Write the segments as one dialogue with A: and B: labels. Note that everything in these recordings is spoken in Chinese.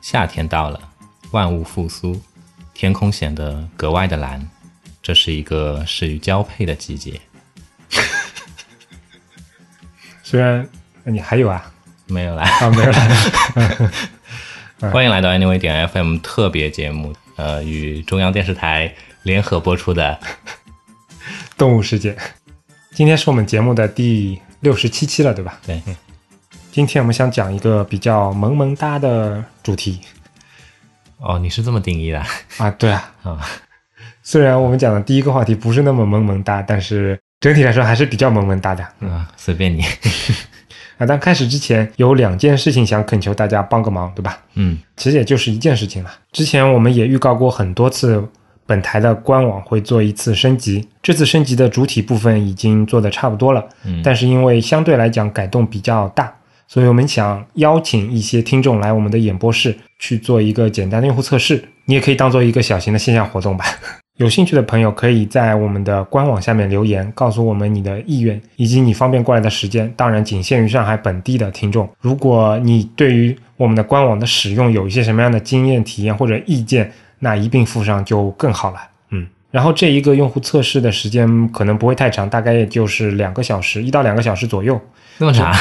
A: 夏天到了，万物复苏，天空显得格外的蓝。这是一个适于交配的季节。
B: 虽然你还有啊
A: 没有啦，
B: 啊没有 了，
A: 欢迎来到 Anyway 点 FM 特别节目，呃，与中央电视台联合播出的
B: 动物世界。今天是我们节目的第六十七期了，对吧？
A: 对
B: 今天我们想讲一个比较萌萌哒的主题
A: 哦，你是这么定义的 啊
B: 啊，对啊，
A: 啊
B: 虽然我们讲的第一个话题不是那么萌萌哒，但是整体来说还是比较萌萌哒的、嗯、
A: 啊随便你，
B: 啊。但开始之前有两件事情想恳求大家帮个忙，对吧？
A: 嗯
B: 其实也就是一件事情了。之前我们也预告过很多次，本台的官网会做一次升级。这次升级的主体部分已经做得差不多了，
A: 嗯，
B: 但是因为相对来讲改动比较大，所以我们想邀请一些听众来我们的演播室去做一个简单的用户测试。你也可以当做一个小型的线下活动吧。 有兴趣的朋友可以在我们的官网下面留言，告诉我们你的意愿以及你方便过来的时间，当然仅限于上海本地的听众。如果你对于我们的官网的使用有一些什么样的经验、体验或者意见，那一并附上就更好了。嗯，然后这一个用户测试的时间可能不会太长，大概也就是两个小时，一到两个小时左右。
A: 那么 长。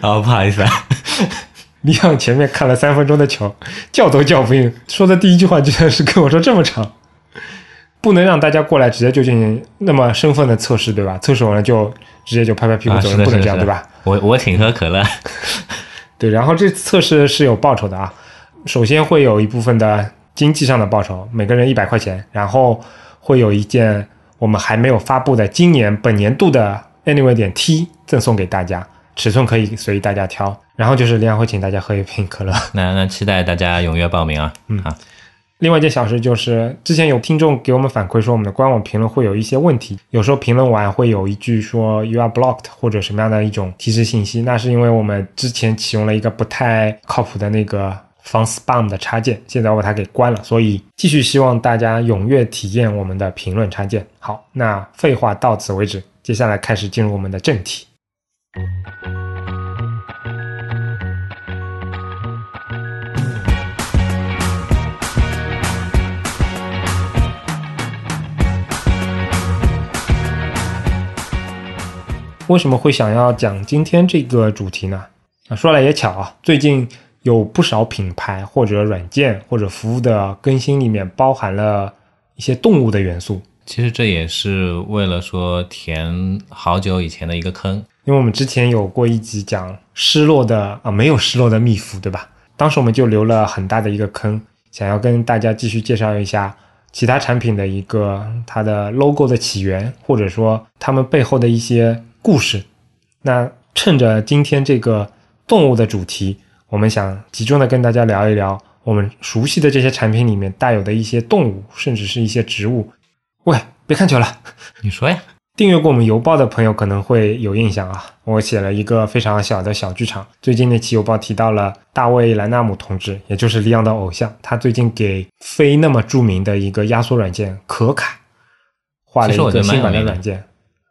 A: 哦，不好意思啊，
B: 你让前面看了三分钟的球，叫都叫不应，说的第一句话居然是跟我说这么长， 不能让大家过来直接就进行那么身份的测试，对吧？测试完了就直接就拍拍屁股
A: 啊
B: 走
A: 是
B: 人，
A: 的，
B: 不
A: 是的，
B: 能这样，
A: 是的
B: 对吧？？
A: 我我请喝可乐，
B: 对，然后这次测试是有报酬的啊，首先会有一部分的经济上的报酬，每个人一百块钱，然后会有一件我们还没有发布的今年本年度的 Anyway 点 T 赠送给大家，尺寸可以随意大家挑，然后就是亮会请大家喝一瓶可乐。
A: 那那期待大家踊跃报名啊！嗯啊，
B: 另外一件小事就是，之前有听众给我们反馈说，我们的官网评论会有一些问题，有时候评论完会有一句说 “you are blocked” 或者什么样的一种提示信息，那是因为我们之前启用了一个不太靠谱的那个防 spam 的插件，现在我把它给关了，所以继续希望大家踊跃体验我们的评论插件。好，那废话到此为止，接下来开始进入我们的正题。为什么会想要讲今天这个主题呢？啊，说来也巧啊，最近有不少品牌或者软件或者服务的更新里面包含了一些动物的元素，
A: 其实这也是为了说填好久以前的一个坑。
B: 因为我们之前有过一集讲失落的啊，没有失落的蜜蜂，对吧？当时我们就留了很大的一个坑，想要跟大家继续介绍一下其他产品的一个它的 logo 的起源，或者说它们背后的一些故事。那趁着今天这个动物的主题，我们想集中的跟大家聊一聊我们熟悉的这些产品里面带有的一些动物，甚至是一些植物。喂，别看球了。
A: 你说呀？
B: 订阅过我们邮报的朋友可能会有印象啊，我写了一个非常小的小剧场。最近那期邮报提到了大卫兰纳姆同志，也就是李昂的偶像，他最近给非那么著名的一个压缩软件可卡画了一
A: 其实我觉
B: 个
A: 得蛮
B: 新
A: 有
B: 版的
A: 名的
B: 软件，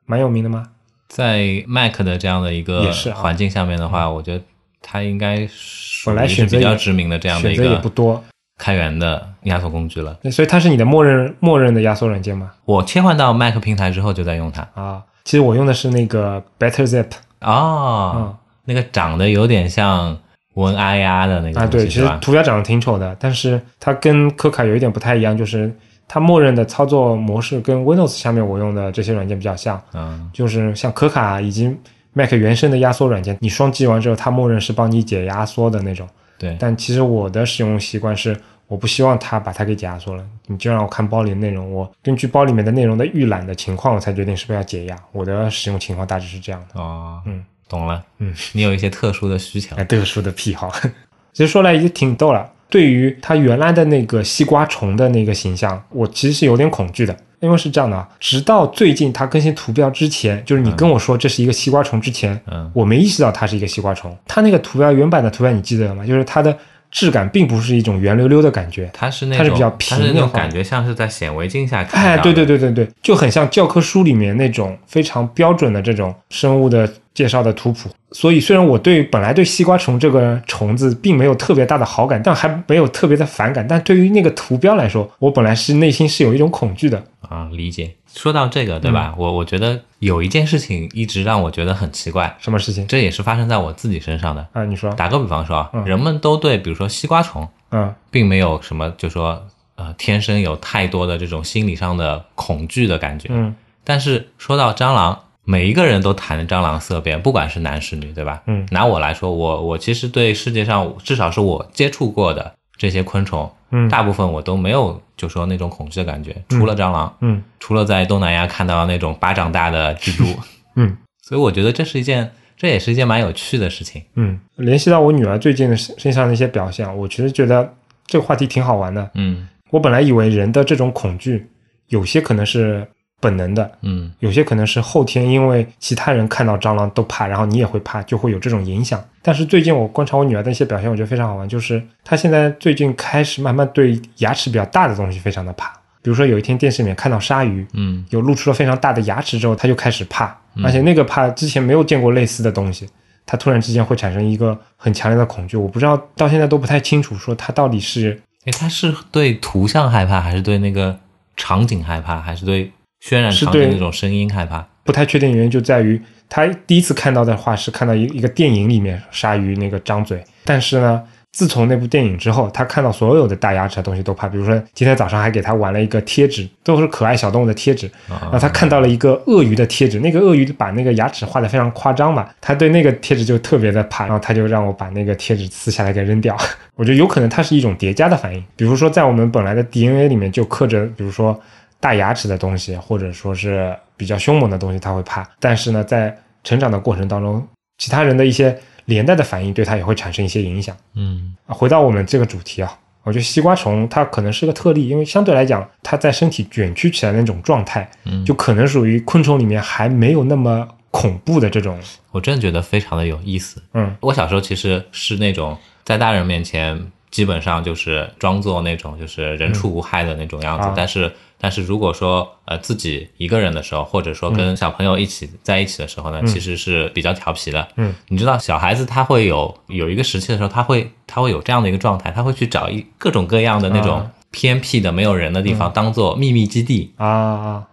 B: 蛮有名的吗？
A: 在 Mac 的这样的一个
B: 也是啊
A: 环境下面的话，我觉得它应该属
B: 本来
A: 于
B: 选
A: 是
B: 择
A: 比较
B: 也
A: 知名的这样的
B: 选
A: 一
B: 择也不
A: 个
B: 多，
A: 开源的压缩工具了。
B: 那所以它是你的默认默认的压缩软件吗？
A: 我切换到 Mac 平台之后就在用它
B: 啊，其实我用的是那个 BetterZip
A: 哦，
B: 嗯
A: 那个长得有点像文阿丫的那个
B: 啊，
A: 东
B: 对，
A: 西
B: 其
A: 是
B: 实
A: 吧？
B: 图标长得挺丑的，但是它跟可卡有一点不太一样，就是它默认的操作模式跟 Windows 下面我用的这些软件比较像，
A: 嗯，
B: 就是像可卡以及 Mac 原生的压缩软件，你双击完之后，它默认是帮你解压缩的那种。
A: 对，
B: 但其实我的使用习惯是，我不希望它把它给解压缩了，你就让我看包里的内容，我根据包里面的内容的预览的情况，我才决定是不是要解压。我的使用情况大致是这样的。
A: 哦，
B: 嗯，
A: 懂了，
B: 嗯，
A: 你有一些特殊的需求
B: 哎，特殊的癖好。 其实说来也挺逗了。对于它原来的那个西瓜虫的那个形象，我其实是有点恐惧的，因为是这样的啊，直到最近它更新图标之前，就是你跟我说这是一个西瓜虫之前，
A: 嗯
B: 我没意识到它是一个西瓜虫。它那个图标原版的图标你记得吗？就是它的质感并不是一种圆溜溜的感觉，
A: 它是那
B: 它
A: 种
B: 是比较
A: 它是
B: 平
A: 那
B: 的
A: 种
B: 话
A: 感觉像是在显微镜下看
B: 哎，
A: 到
B: 对对
A: 的，
B: 对对对，就很像教科书里面那种非常标准的这种生物的介绍的图谱。所以虽然我对本来对西瓜虫这个虫子并没有特别大的好感，但还没有特别的反感，但对于那个图标来说，我本来是内心是有一种恐惧的。
A: 啊，理解。说到这个，对
B: 嗯
A: 吧？我我觉得有一件事情一直让我觉得很奇怪，
B: 什么事情
A: 这也是发生在我自己身上的。
B: 啊？你说，
A: 打个比方说啊，
B: 嗯
A: 人们都对比如说西瓜虫，
B: 嗯
A: 并没有什么就说呃天生有太多的这种心理上的恐惧的感觉。
B: 嗯
A: 但是说到蟑螂，每一个人都谈蟑螂色变，不管是男是女，对吧？
B: 嗯
A: 拿我来说，我我其实对世界上至少是我接触过的这些昆虫，
B: 嗯
A: 大部分我都没有就说那种恐惧的感觉，除了蟑螂，
B: 嗯
A: 除了在东南亚看到那种巴掌大的蜘蛛，
B: 嗯
A: 所以我觉得这是一件，这也是一件蛮有趣的事情。
B: 嗯，联系到我女儿最近的身身上的一些表现，我其实觉得这个话题挺好玩的。
A: 嗯
B: 我本来以为人的这种恐惧，有些可能是本能的，
A: 嗯
B: 有些可能是后天因为其他人看到蟑螂都怕，然后你也会怕，就会有这种影响。但是最近我观察我女儿的一些表现，我觉得非常好玩，就是她现在最近开始慢慢对牙齿比较大的东西非常的怕。比如说有一天电视里面看到鲨鱼，
A: 嗯
B: 有露出了非常大的牙齿之后，她就开始怕，而且那个怕之前没有见过类似的东西。她突然之间会产生一个很强烈的恐惧，我不知道到现在都不太清楚，说她到底是
A: 哎，他是对图像害怕，还是对那个场景害怕，还是对渲染
B: 是
A: 场
B: 对
A: 景那种声音害怕？
B: 不太确定的原因就在于，他第一次看到的话是看到一一个电影里面鲨鱼那个张嘴，但是呢，自从那部电影之后，他看到所有的大牙齿的东西都怕。比如说今天早上还给他玩了一个贴纸，都是可爱小动物的贴纸，然后
A: 嗯
B: 他看到了一个鳄鱼的贴纸，那个鳄鱼把那个牙齿画的非常夸张嘛，他对那个贴纸就特别的怕，然后他就让我把那个贴纸撕下来给扔掉。 我觉得有可能它是一种叠加的反应，比如说在我们本来的 DNA 里面就刻着，比如说大牙齿的东西，或者说是比较凶猛的东西，它会怕。但是呢，在成长的过程当中，其他人的一些连带的反应对它也会产生一些影响。
A: 嗯
B: 啊回到我们这个主题啊，我觉得西瓜虫它可能是个特例，因为相对来讲，它在身体卷曲起来的那种状态，
A: 嗯，
B: 就可能属于昆虫里面还没有那么恐怖的这种，
A: 我真的觉得非常的有意思。
B: 嗯
A: 我小时候其实是那种在大人面前基本上就是装作那种就是人畜无害的那种样子，
B: 啊
A: 但是但是如果说呃自己一个人的时候，或者说跟小朋友一起在一起的时候呢，其实是比较调皮的。
B: 嗯，
A: 你知道小孩子他会有有一个时期的时候，他会他会有这样的一个状态，他会去找一各种各样的那种
B: 啊
A: 偏僻的没有人的地方当做秘密基地。
B: 啊啊，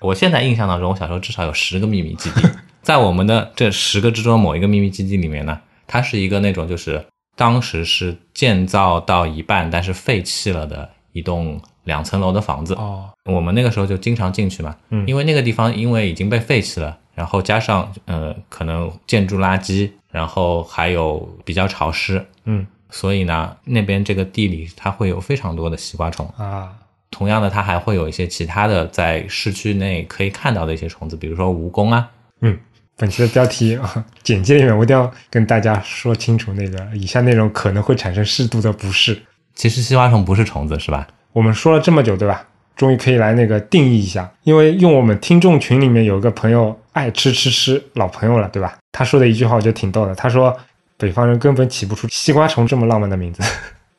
A: 我现在印象当中，我小时候至少有十个秘密基地，在我们的这十个之中，某一个秘密基地里面呢，它是一个那种就是当时是建造到一半，但是废弃了的一栋两层楼的房子。
B: 哦，
A: 我们那个时候就经常进去嘛，
B: 嗯
A: 因为那个地方因为已经被废弃了，然后加上呃可能建筑垃圾，然后还有比较潮湿，
B: 嗯
A: 所以呢那边这个地里它会有非常多的西瓜虫。
B: 啊，
A: 同样的，它还会有一些其他的在市区内可以看到的一些虫子，比如说蜈蚣啊。
B: 嗯，本期的标题啊，简介里面我一定要跟大家说清楚，那个以下内容可能会产生适度的不适。
A: 其实西瓜虫不是虫子，是吧？
B: 我们说了这么久，对吧？终于可以来那个定义一下，因为用我们听众群里面有一个朋友爱吃吃吃老朋友了，对吧？他说的一句话我觉得挺逗的，他说北方人根本起不出西瓜虫这么浪漫的名字。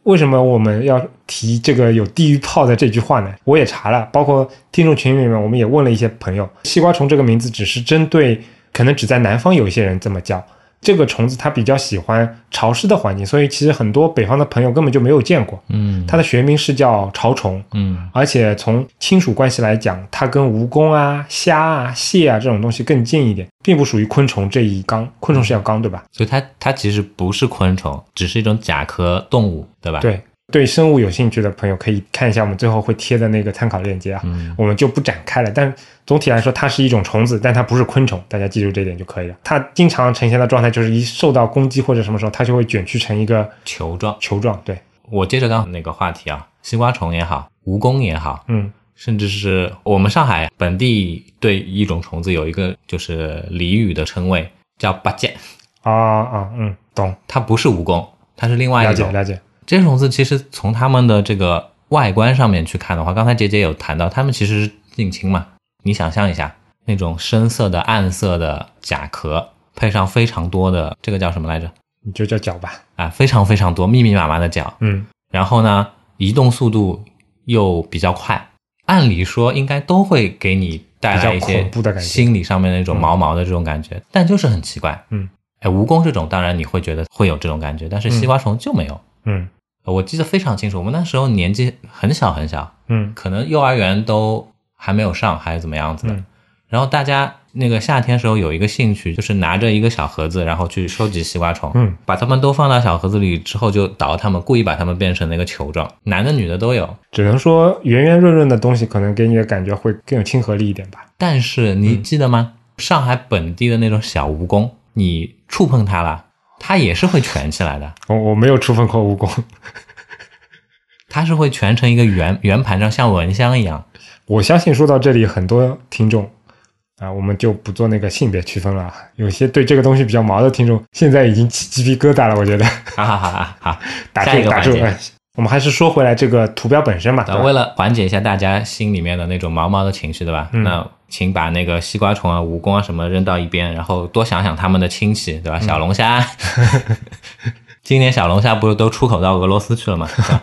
B: 为什么我们要提这个有地狱炮的这句话呢？我也查了，包括听众群里面，我们也问了一些朋友，西瓜虫这个名字只是针对可能只在南方有一些人这么叫。这个虫子它比较喜欢潮湿的环境，所以其实很多北方的朋友根本就没有见过。
A: 嗯
B: 它的学名是叫潮虫，
A: 嗯
B: 而且从亲属关系来讲，它跟蜈蚣啊、虾啊、蟹啊这种东西更近一点，并不属于昆虫这一纲。昆虫是要纲对吧？
A: 所以它它其实不是昆虫，只是一种甲壳动物，对吧？，
B: 对，对生物有兴趣的朋友可以看一下我们最后会贴的那个参考链接啊，
A: 嗯
B: 我们就不展开了。但总体来说，它是一种虫子，但它不是昆虫，大家记住这一点就可以了。它经常呈现的状态就是一受到攻击或者什么时候，它就会卷曲成一个
A: 球状。
B: 球状。对，
A: 我接着刚刚那个话题啊，西瓜虫也好，蜈蚣也好，
B: 嗯
A: 甚至是我们上海本地对一种虫子有一个就是俚语的称谓，叫八戒。
B: 啊啊嗯，懂，
A: 它不是蜈蚣，它是另外
B: 了
A: 一
B: 解
A: 种。
B: 了解。
A: 这些虫子其实从它们的这个外观上面去看的话，刚才杰杰有谈到，它们其实是近亲嘛。你想象一下，那种深色的、暗色的甲壳，配上非常多的这个叫什么来着？
B: 你就叫脚吧，
A: 啊，非常非常多密密麻麻的脚，
B: 嗯，
A: 然后呢，移动速度又比较快，按理说应该都会给你带来一
B: 比较
A: 些
B: 恐怖的感觉
A: 心理上面的那种毛毛的这种感觉，但就是很奇怪。
B: 嗯，
A: 哎，蜈蚣这种当然你会觉得会有这种感觉，但是西瓜虫就没有。
B: 嗯
A: 呃我记得非常清楚，我们那时候年纪很小很小，
B: 嗯
A: 可能幼儿园都还没有上，还是怎么样子的。
B: 嗯
A: 然后大家那个夏天时候有一个兴趣，就是拿着一个小盒子，然后去收集西瓜虫，
B: 嗯，
A: 把它们都放到小盒子里之后，就倒它们，故意把它们变成那个球状，男的女的都有。
B: 只能说圆圆润润的东西可能给你的感觉会更有亲和力一点吧。
A: 但是你
B: 嗯
A: 记得吗？上海本地的那种小蜈蚣，你触碰它了，它也是会蜷起来的，
B: 我我没有触碰过蜈蚣，
A: 它是会蜷成一个圆圆盘状，像蚊香一样。
B: 我相信说到这里，很多听众啊，我们就不做那个性别区分了啊。有些对这个东西比较毛的听众，现在已经起鸡皮疙瘩了。我觉得
A: 哈哈哈哈哈！
B: 打
A: 下一
B: 住
A: 个
B: 打
A: 环
B: 住，
A: 节
B: 哎，我们还是说回来这个图标本身吧。对
A: 呃
B: 吧
A: 为了缓解一下大家心里面的那种毛毛的情绪，对吧？
B: 嗯
A: 那请把那个西瓜虫啊、蜈蚣啊什么扔到一边，然后多想想他们的亲戚，对吧？
B: 嗯
A: 小龙虾， 今年小龙虾不是都出口到俄罗斯去了 吗？对吧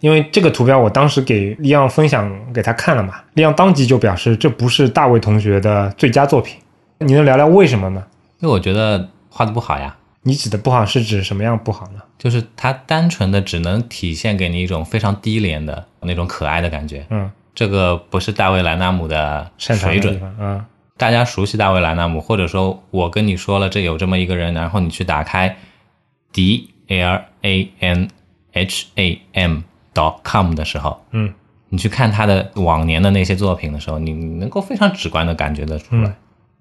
B: 因为这个图标我当时给利昂分享给他看了嘛，利昂当即就表示这不是大卫同学的最佳作品。你能聊聊为什么吗？
A: 因为我觉得画的不好呀，
B: 你指的不好是指什么样不好呢？
A: 就是它单纯的只能体现给你一种非常低廉的那种可爱的感觉，
B: 嗯，
A: 这个不是大卫莱纳姆的
B: 擅长的
A: 水准
B: 地。方啊，
A: 大家熟悉大卫·兰纳姆，或者说我跟你说了这有这么一个人，然后你去打开 d l a n h a m dot com 的时候，
B: 嗯
A: 你去看他的往年的那些作品的时候，你你能够非常直观的感觉得出来，
B: 嗯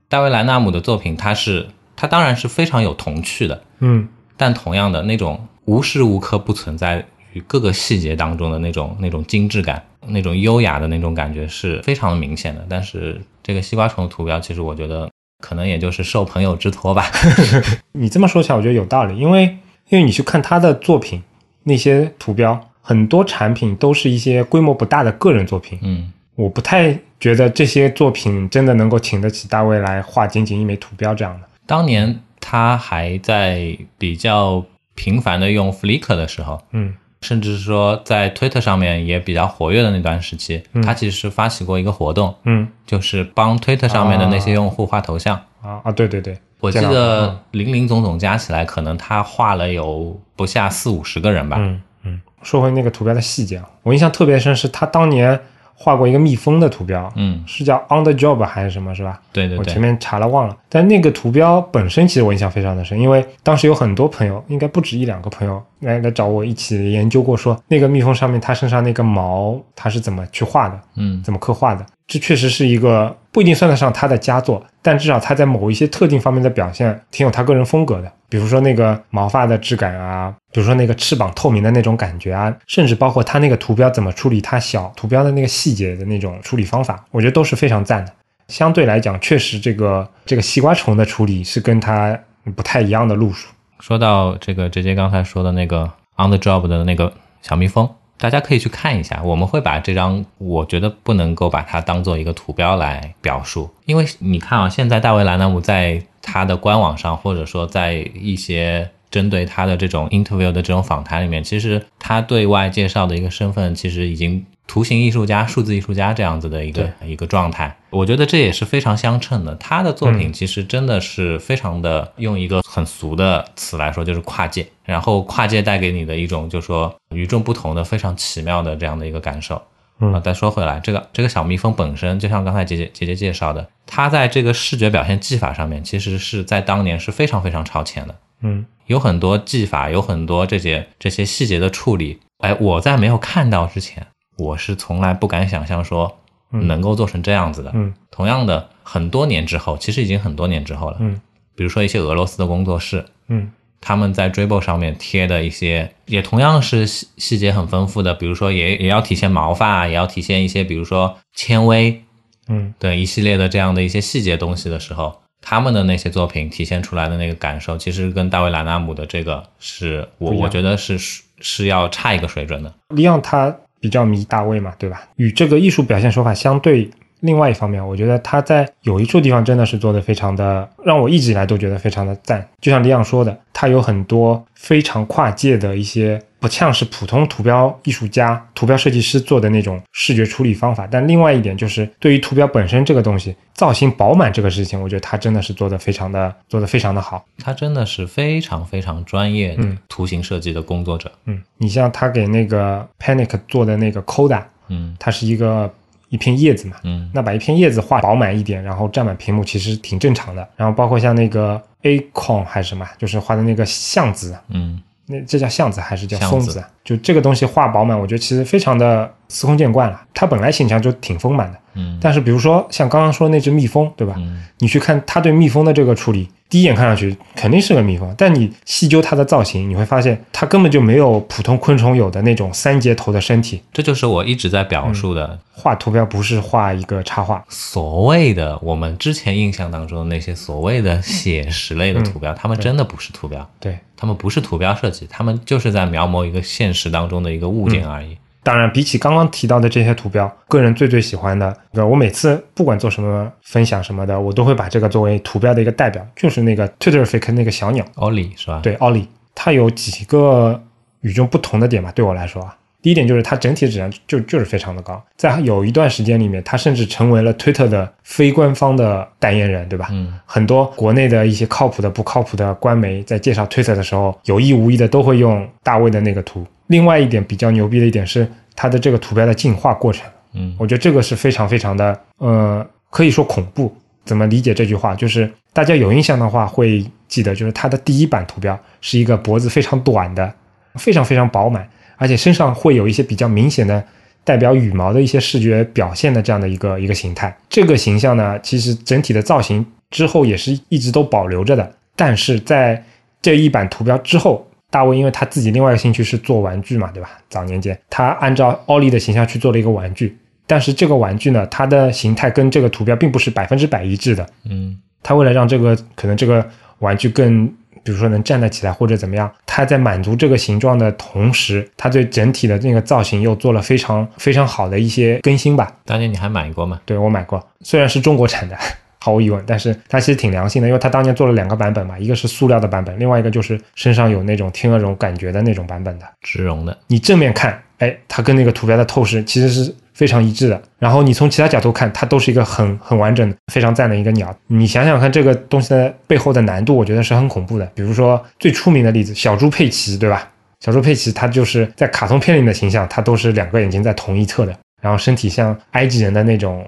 A: 大卫·兰纳姆的作品，他是他当然是非常有童趣的，
B: 嗯
A: 但同样的那种无时无刻不存在于各个细节当中的那种那种精致感、那种优雅的那种感觉是非常明显的。但是这个西瓜虫的图标，其实我觉得可能也就是受朋友之托吧。
B: 你这么说起来，我觉得有道理，因为因为你去看他的作品，那些图标，很多产品都是一些规模不大的个人作品，
A: 嗯，
B: 我不太觉得这些作品真的能够请得起大卫来画仅仅一枚图标这样的。
A: 当年他还在比较频繁的用 Flickr 的时候，
B: 嗯
A: 甚至说在 Twitter 上面也比较活跃的那段时期，
B: 嗯
A: 他其实是发起过一个活动，
B: 嗯
A: 就是帮 Twitter 上面的那些
B: 啊
A: 用户画头像。
B: 啊啊，对对对，
A: 我记
B: 见到了嗯
A: 得零零总总加起来，可能他画了有不下四五十个人吧。
B: 嗯，嗯，说回那个图标的细节啊，我印象特别深是他当年画过一个蜜蜂的图标，
A: 嗯
B: 是叫 On the Job 还是什么，是吧？
A: 对对
B: 我前
A: 对，
B: 面查了忘了，但那个图标本身其实我印象非常的深，因为当时有很多朋友，应该不止一两个朋友来来找我一起研究过说，那个蜜蜂上面它身上那个毛它是怎么去画的，
A: 嗯
B: 怎么刻画的。这确实是一个不一定算得上他的佳作，但至少他在某一些特定方面的表现挺有他个人风格的，比如说那个毛发的质感啊，比如说那个翅膀透明的那种感觉啊，甚至包括他那个图标怎么处理他小图标的那个细节的那种处理方法，我觉得都是非常赞的。相对来讲，确实这个这个西瓜虫的处理是跟他不太一样的路数。
A: 说到这个，直接刚才说的那个 on the job 的那个小蜜蜂，大家可以去看一下。我们会把这张，我觉得不能够把它当做一个图标来表述，因为你看啊，现在大卫兰纳姆在他的官网上，或者说在一些。针对他的这种 interview 的这种访谈里面，其实他对外介绍的一个身份，其实已经图形艺术家、数字艺术家这样子的一个一个状态。我觉得这也是非常相称的。他的作品其实真的是非常的，用一个很俗的词来说，就是跨界。然后跨界带给你的一种，就说与众不同的、非常奇妙的这样的一个感受。
B: 嗯
A: 啊，再说回来，这个这个小蜜蜂本身，就像刚才姐姐姐姐介绍的，它在这个视觉表现技法上面，其实是在当年是非常非常超前的。
B: 嗯
A: 有很多技法，有很多这些这些细节的处理。哎，我在没有看到之前，我是从来不敢想象说
B: 嗯
A: 能够做成这样子的。
B: 嗯
A: 同样的，很多年之后，其实已经很多年之后了。
B: 嗯，
A: 比如说一些俄罗斯的工作室，
B: 嗯
A: 他们在 Dribble 上面贴的一些，也同样是细细节很丰富的，比如说也也要体现毛发，啊也要体现一些，比如说纤维
B: 嗯
A: 等一系列的这样的一些细节东西的时候，他们的那些作品体现出来的那个感受，其实跟大卫·兰纳姆的这个是我
B: 不一样
A: 我觉得是是要差一个水准的。
B: 利昂他比较迷大卫嘛，对吧？与这个艺术表现手法相对另外一方面，我觉得它在有一处地方真的是做的非常的，让我一直以来都觉得非常的赞。就像李昂说的，它有很多非常跨界的一些，不像是普通图标艺术家、图标设计师做的那种视觉处理方法。但另外一点就是，对于图标本身这个东西，造型饱满这个事情，我觉得它真的是做的非常的，做的非常的好。
A: 他真的是非常非常专业的
B: 嗯
A: 图形设计的工作者。
B: 嗯，你像他给那个 Panic 做的那个 Coda，
A: 嗯
B: 它是一个一片叶子嘛，
A: 嗯
B: 那把一片叶子画饱满一点，然后占满屏幕，其实挺正常的。然后包括像那个 Acon 还是什么，就是画的那个巷子，
A: 嗯，
B: 那这叫巷子还是叫
A: 巷
B: 松
A: 子
B: 子啊？就这个东西画饱满，我觉得其实非常的司空见惯了。它本来形象就挺丰满的，
A: 嗯
B: 但是比如说像刚刚说那只蜜蜂，对吧？
A: 嗯
B: 你去看它对蜜蜂的这个处理，第一眼看上去肯定是个蜜蜂，但你细究它的造型，你会发现它根本就没有普通昆虫有的那种三节头的身体。
A: 这就是我一直在表述的，
B: 画图标不是画一个插画，
A: 所谓的我们之前印象当中的那些所谓的写实类的图标，他们真的不是图标，
B: 对。
A: 他们不是图标设计，他们就是在描摹一个现实当中的一个物件而已。
B: 当然，比起刚刚提到的这些图标，个人最最喜欢的，对我每次不管做什么分享什么的，我都会把这个作为图标的一个代表，就是那个 Twitterific 那个小鸟，
A: 奥利是吧？，
B: 对，奥利，它有几个与众不同的点吧？对我来说啊，第一点就是它整体质量就就是非常的高，在有一段时间里面，它甚至成为了 Twitter 的非官方的代言人，对吧？
A: 嗯
B: 很多国内的一些靠谱的、不靠谱的官媒在介绍 Twitter 的时候，有意无意的都会用大卫的那个图。另外一点比较牛逼的一点是它的这个图标的进化过程，
A: 嗯
B: 我觉得这个是非常非常的，呃，可以说恐怖。怎么理解这句话？就是大家有印象的话，会记得，就是它的第一版图标是一个脖子非常短的，非常非常饱满，而且身上会有一些比较明显的代表羽毛的一些视觉表现的这样的一个一个形态。这个形象呢，其实整体的造型之后也是一直都保留着的，但是在这一版图标之后，大卫因为他自己另外一个兴趣是做玩具嘛，对吧？早年间他按照奥利的形象去做了一个玩具，但是这个玩具呢，它的形态跟这个图标并不是百分之百一致的。
A: 嗯
B: 他为了让这个可能这个玩具更，比如说能站得起来或者怎么样，他在满足这个形状的同时，他对整体的那个造型又做了非常非常好的一些更新吧。
A: 当年你还买过吗？
B: 对我买过，虽然是中国产的， 毫无疑问，但是它其实挺良心的，因为它当年做了两个版本嘛，一个是塑料的版本，另外一个就是身上有那种天鹅绒感觉的那种版本的。
A: 植绒的，
B: 你正面看，哎，它跟那个图标的透视其实是非常一致的。然后你从其他角度看，它都是一个很很完整、非常赞的一个鸟。你想想看，这个东西的背后的难度，我觉得是很恐怖的。比如说最出名的例子，小猪佩奇，对吧？小猪佩奇它就是在卡通片里面的形象，它都是两个眼睛在同一侧的，然后身体像埃及人的那种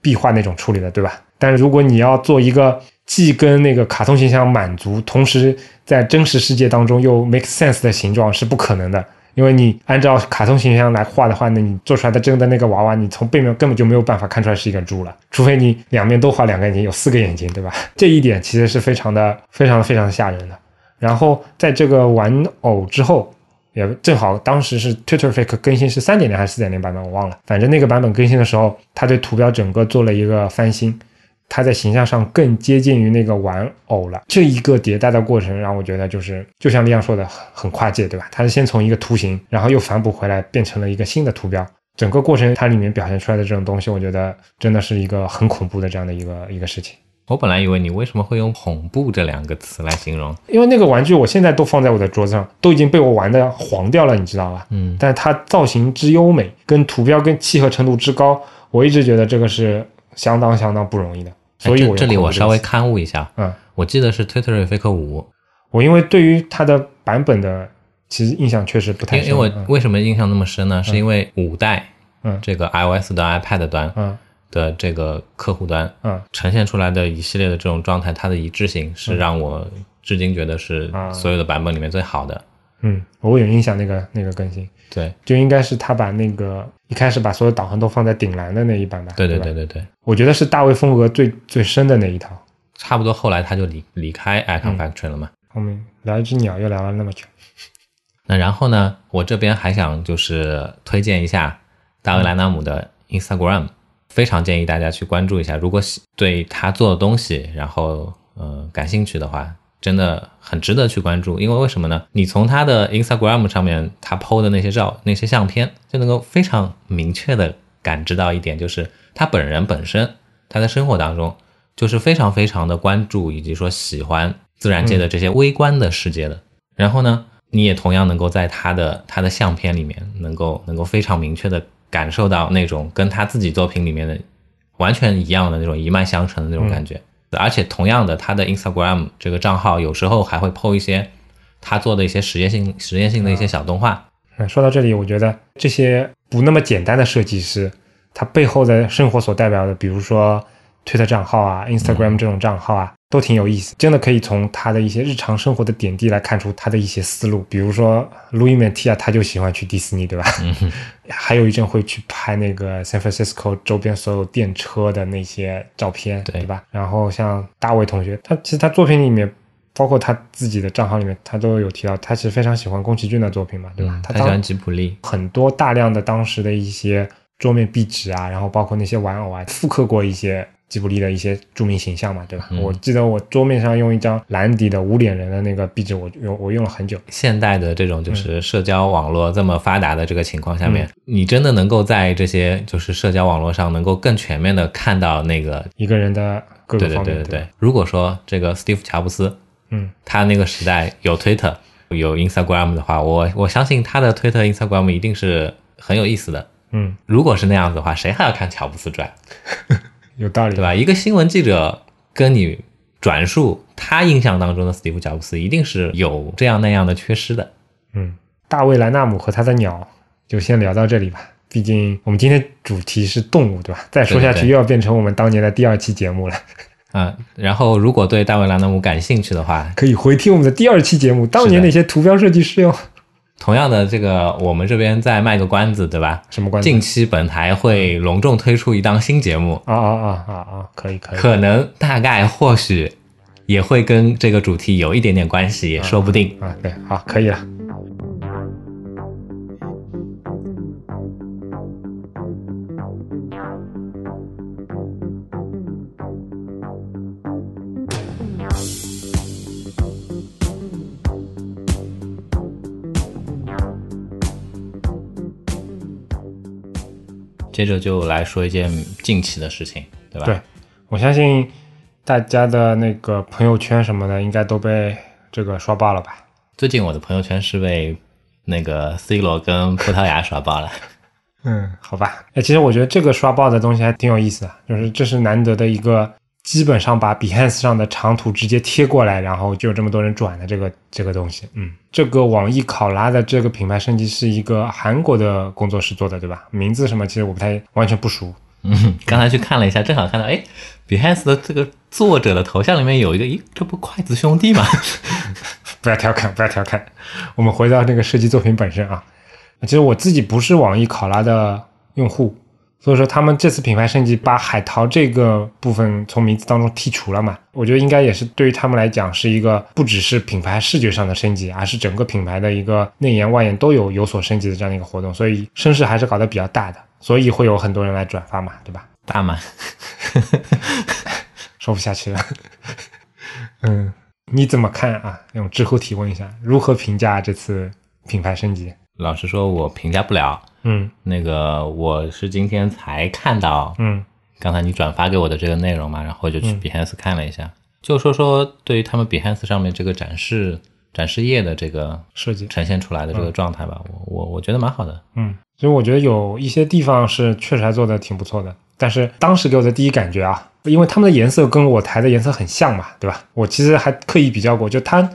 B: 壁画那种处理的，对吧？但是如果你要做一个既跟那个卡通形象满足，同时在真实世界当中又 make sense 的形状是不可能的，因为你按照卡通形象来画的话，那你做出来的真的那个娃娃，你从背面根本就没有办法看出来是一个猪了，除非你两面都画两个眼睛，有四个眼睛，对吧？这一点其实是非常的、非常、非常的吓人的。然后在这个玩偶之后，也正好当时是 Twitterific 更新是三点零还是四点零版本，我忘了。反正那个版本更新的时候，它对图标整个做了一个翻新，它在形象上更接近于那个玩偶了。这一个迭代的过程让我觉得就是，就像李阳说的，很很跨界，对吧？它是先从一个图形，然后又反哺回来，变成了一个新的图标。整个过程它里面表现出来的这种东西，我觉得真的是一个很恐怖的这样的一个一个事情。
A: 我本来以为你为什么会用“恐怖”这两个词来形容，
B: 因为那个玩具我现在都放在我的桌子上，都已经被我玩的黄掉了，你知道吧？
A: 嗯，
B: 但它造型之优美，跟图标跟契合程度之高，我一直觉得这个是相当相当不容易的。所以
A: 哎
B: 我、
A: 这这里我稍微，刊物一下，
B: 嗯，
A: 我记得是 Twitterific 五，
B: 我因为对于它的版本的其实印象确实不
A: 因
B: 太
A: 为
B: 深。
A: 因为
B: 嗯
A: 我为什么印象那么深呢？是因为五代，
B: 嗯
A: 这个 iOS 端、iPad 端
B: 嗯
A: 的这个客户端，
B: 嗯
A: 呈现出来的一系列的这种状态，它的一致性是让我至今觉得是
B: 啊
A: 所有的版本里面最好的。
B: 嗯，我有印象那个那个更新，
A: 对，
B: 就应该是他把那个一开始把所有导航都放在顶栏的那一版吧？
A: 对对
B: 吧
A: 对对对，
B: 我觉得是大卫风格最最深的那一套。
A: 差不多后来他就离离开
B: 嗯
A: Icon Factory 了嘛。
B: 后面聊一只鸟，又聊了那么久。
A: 那然后呢，我这边还想就是推荐一下大卫莱纳姆的 Instagram，、非常建议大家去关注一下。如果喜对他做的东西，然后嗯、呃感兴趣的话，真的很值得去关注。因为为什么呢？你从他的 Instagram 上面他 PO 的那些照、那些相片，就能够非常明确的感知到一点，就是他本人本身他在生活当中就是非常非常的关注以及说喜欢自然界的这些微观的世界的。然后呢，你也同样能够在他的他的相片里面，能够能够非常明确的感受到那种跟他自己作品里面的完全一样的那种一脉相承的那种感觉。而且同样的，他的 Instagram 这个账号有时候还会 PO 一些他做的一些实验性、实验性的一些小动画。
B: 嗯，说到这里，我觉得这些不那么简单的设计师，他背后的生活所代表的，比如说推特账号啊、Instagram 这种账号啊，都挺有意思。真的可以从他的一些日常生活的点滴来看出他的一些思路。比如说路易· i 提亚，他就喜欢去迪士尼，对吧？ 还有一阵会去拍那个 San Francisco 周边所有电车的那些照片，
A: 对
B: 吧？然后像大卫同学，他其实他作品里面。包括他自己的账号里面，他都有提到，他其实非常喜欢宫崎骏的作品嘛，对吧？
A: 嗯，
B: 他
A: 他
B: 当
A: 喜欢吉卜力。
B: 很多大量的当时的一些桌面壁纸啊，然后包括那些玩偶啊，复刻过一些吉卜力的一些著名形象嘛，对吧？
A: 嗯
B: 我记得我桌面上用一张蓝底的无脸人的那个壁纸，我用我用了很久。
A: 现代的这种就是社交网络这么发达的这个情况下面，你真的能够在这些就是社交网络上能够更全面的看到那个，
B: 一个人的各
A: 对
B: 个
A: 对
B: 方
A: 对
B: 面，
A: 对
B: 吧
A: 对。如果说这个 Steve 乔布斯
B: 嗯，
A: 他那个时代有 Twitter 有 Instagram 的话，我我相信他的 Twitter Instagram 一定是很有意思的。
B: 嗯，
A: 如果是那样子的话，谁还要看乔布斯传，
B: 有道理，
A: 对吧？一个新闻记者跟你转述他印象当中的 Steve 乔布斯，一定是有这样那样的缺失的。
B: 嗯，大卫莱纳姆和他的鸟就先聊到这里吧。毕竟我们今天主题是动物，对吧？再说下
A: 对对
B: 去
A: 对
B: 又要变成我们当年的第二期节目了。
A: 啊、然后如果对大卫·兰德姆感兴趣的话，
B: 可以回听我们的第二期节目，当年那些图标设计师哟。
A: 同样的，这个我们这边再卖个关子，对吧？
B: 什么关系？
A: 近期本台会隆重推出一档新节目，
B: 啊啊啊啊啊！可以可以，
A: 可能、大概、或许也会跟这个主题有一点点关系，也说不定。
B: 啊，对，好，可以了。
A: 接着就来说一件近期的事情，对吧？
B: 对我相信大家的那个朋友圈什么的，应该都被这个刷爆了吧？
A: 最近我的朋友圈是被那个 C 罗跟葡萄牙刷爆了。
B: 嗯，好吧。哎，其实我觉得这个刷爆的东西还挺有意思的，就是这是难得的一个，基本上把 Behance 上的长图直接贴过来，然后就有这么多人转的这个这个东西。嗯，这个网易考拉的这个品牌设计是一个韩国的工作室做的，对吧？名字什么其实我不太完全不熟。
A: 嗯，刚才去看了一下，正好看到，哎，Behance 的这个作者的头像里面有一个，咦，这不筷子兄弟吗？
B: 不要调侃，不要调侃。我们回到那个设计作品本身啊。其实我自己不是网易考拉的用户，所以说他们这次品牌升级把海淘这个部分从名字当中剔除了嘛，我觉得应该也是对于他们来讲是一个不只是品牌视觉上的升级，而是整个品牌的一个内延外延都有有所升级的这样的一个活动，所以声势还是搞得比较大的，所以会有很多人来转发嘛，对吧？
A: 大满。
B: 说不下去了。 嗯，你怎么看啊？用知乎提问一下，如何评价这次品牌升级？
A: 老实说，我评价不了。
B: 嗯
A: 那个，我是今天才看到
B: 嗯
A: 刚才你转发给我的这个内容嘛，然后我就去 Behance 看了一下，就说说对于他们 Behance 上面这个展示展示页的这个
B: 设计
A: 呈现出来的这个状态吧，我我我觉得蛮好的。
B: 嗯，所以我觉得有一些地方是确实还做的挺不错的，但是当时给我的第一感觉啊，因为他们的颜色跟我台的颜色很像嘛，对吧？我其实还刻意比较过，就它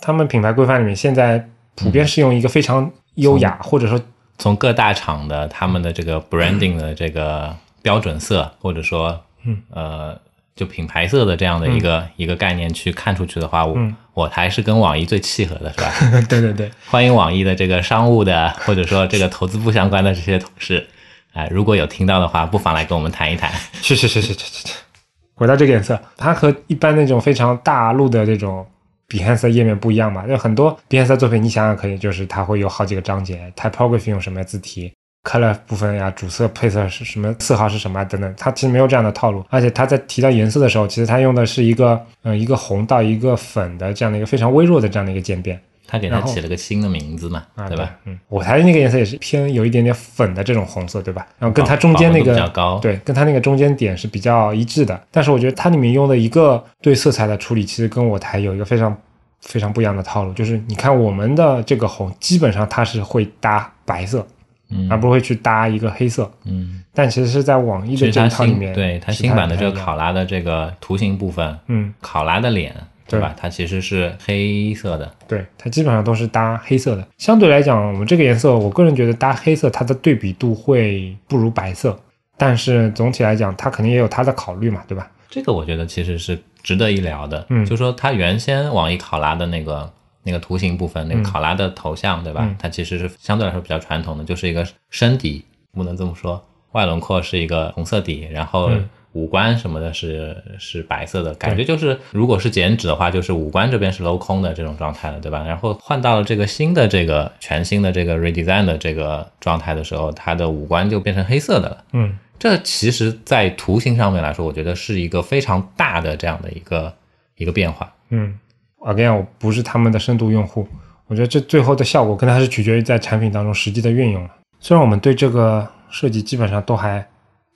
B: 他们品牌规范里面现在普遍是用一个非常优雅、或者说
A: 从各大厂的他们的这个 branding 的这个标准色，或者说，
B: 嗯
A: 呃，就品牌色的这样的一个、一个概念去看出去的话，我、我还是跟网易最契合的，是吧？
B: 对对对，
A: 欢迎网易的这个商务的，或者说这个投资部相关的这些同事，哎、如果有听到的话，不妨来跟我们谈一谈。
B: 是是是是是是是。回到这个颜色，它和一般那种非常大陆的这种 Behance 页面不一样嘛，就很多 Behance 作品，你想想可以，就是它会有好几个章节，typography 用什么字体。color 部分呀、主色配色是什么，色号是什么啊等等，它其实没有这样的套路。而且它在提到颜色的时候，其实它用的是一个嗯、呃一个红到一个粉的这样的一个非常微弱的这样的一个渐变。
A: 他给它
B: 然后
A: 起了个新的名字嘛，
B: 啊，
A: 对吧？？
B: 嗯，我台的那个颜色也是偏有一点点粉的这种红色，对吧？然后跟它
A: 饱
B: 中间
A: 哦饱
B: 那
A: 和度
B: 个
A: 比较高
B: 对，跟它那个中间点是比较一致的。但是我觉得它里面用的一个对色彩的处理，其实跟我台有一个非常非常不一样的套路，就是你看我们的这个红，基本上它是会搭白色，
A: 嗯
B: 而不会去搭一个黑色。
A: 嗯，
B: 但其实是在网易
A: 其
B: 的
A: 实
B: 这
A: 它
B: 一套里
A: 新
B: 面，
A: 对它
B: 是
A: 新版的
B: 不
A: 这
B: 太
A: 个
B: 一样，
A: 考拉的这个图形部分，
B: 嗯，
A: 考拉的脸，对
B: 对
A: 吧？它其实是黑色的，
B: 对，它基本上都是搭黑色的。相对来讲，我们这个颜色，我个人觉得搭黑色它的对比度会不如白色，但是总体来讲，它肯定也有它的考虑嘛，对吧？
A: 这个我觉得其实是值得一聊的。
B: 嗯
A: 就说它原先网易考拉的那个那个图形部分，那个
B: 嗯
A: 考拉的头像，对吧？
B: 嗯
A: 它其实是相对来说比较传统的，就是一个身体，不能这么说，外轮廓是一个红色底，然后
B: 嗯
A: 五官什么的是是白色的，感觉就是如果是剪纸的话，就是五官这边是镂空的这种状态了，对吧？然后换到了这个新的这个全新的这个 redesign 的这个状态的时候，它的五官就变成黑色的了。
B: 嗯，
A: 这其实，在图形上面来说，我觉得是一个非常大的这样的一个一个变化。
B: 嗯，again，我不是他们的深度用户，我觉得这最后的效果跟它是取决于在产品当中实际的运用了。虽然我们对这个设计基本上都还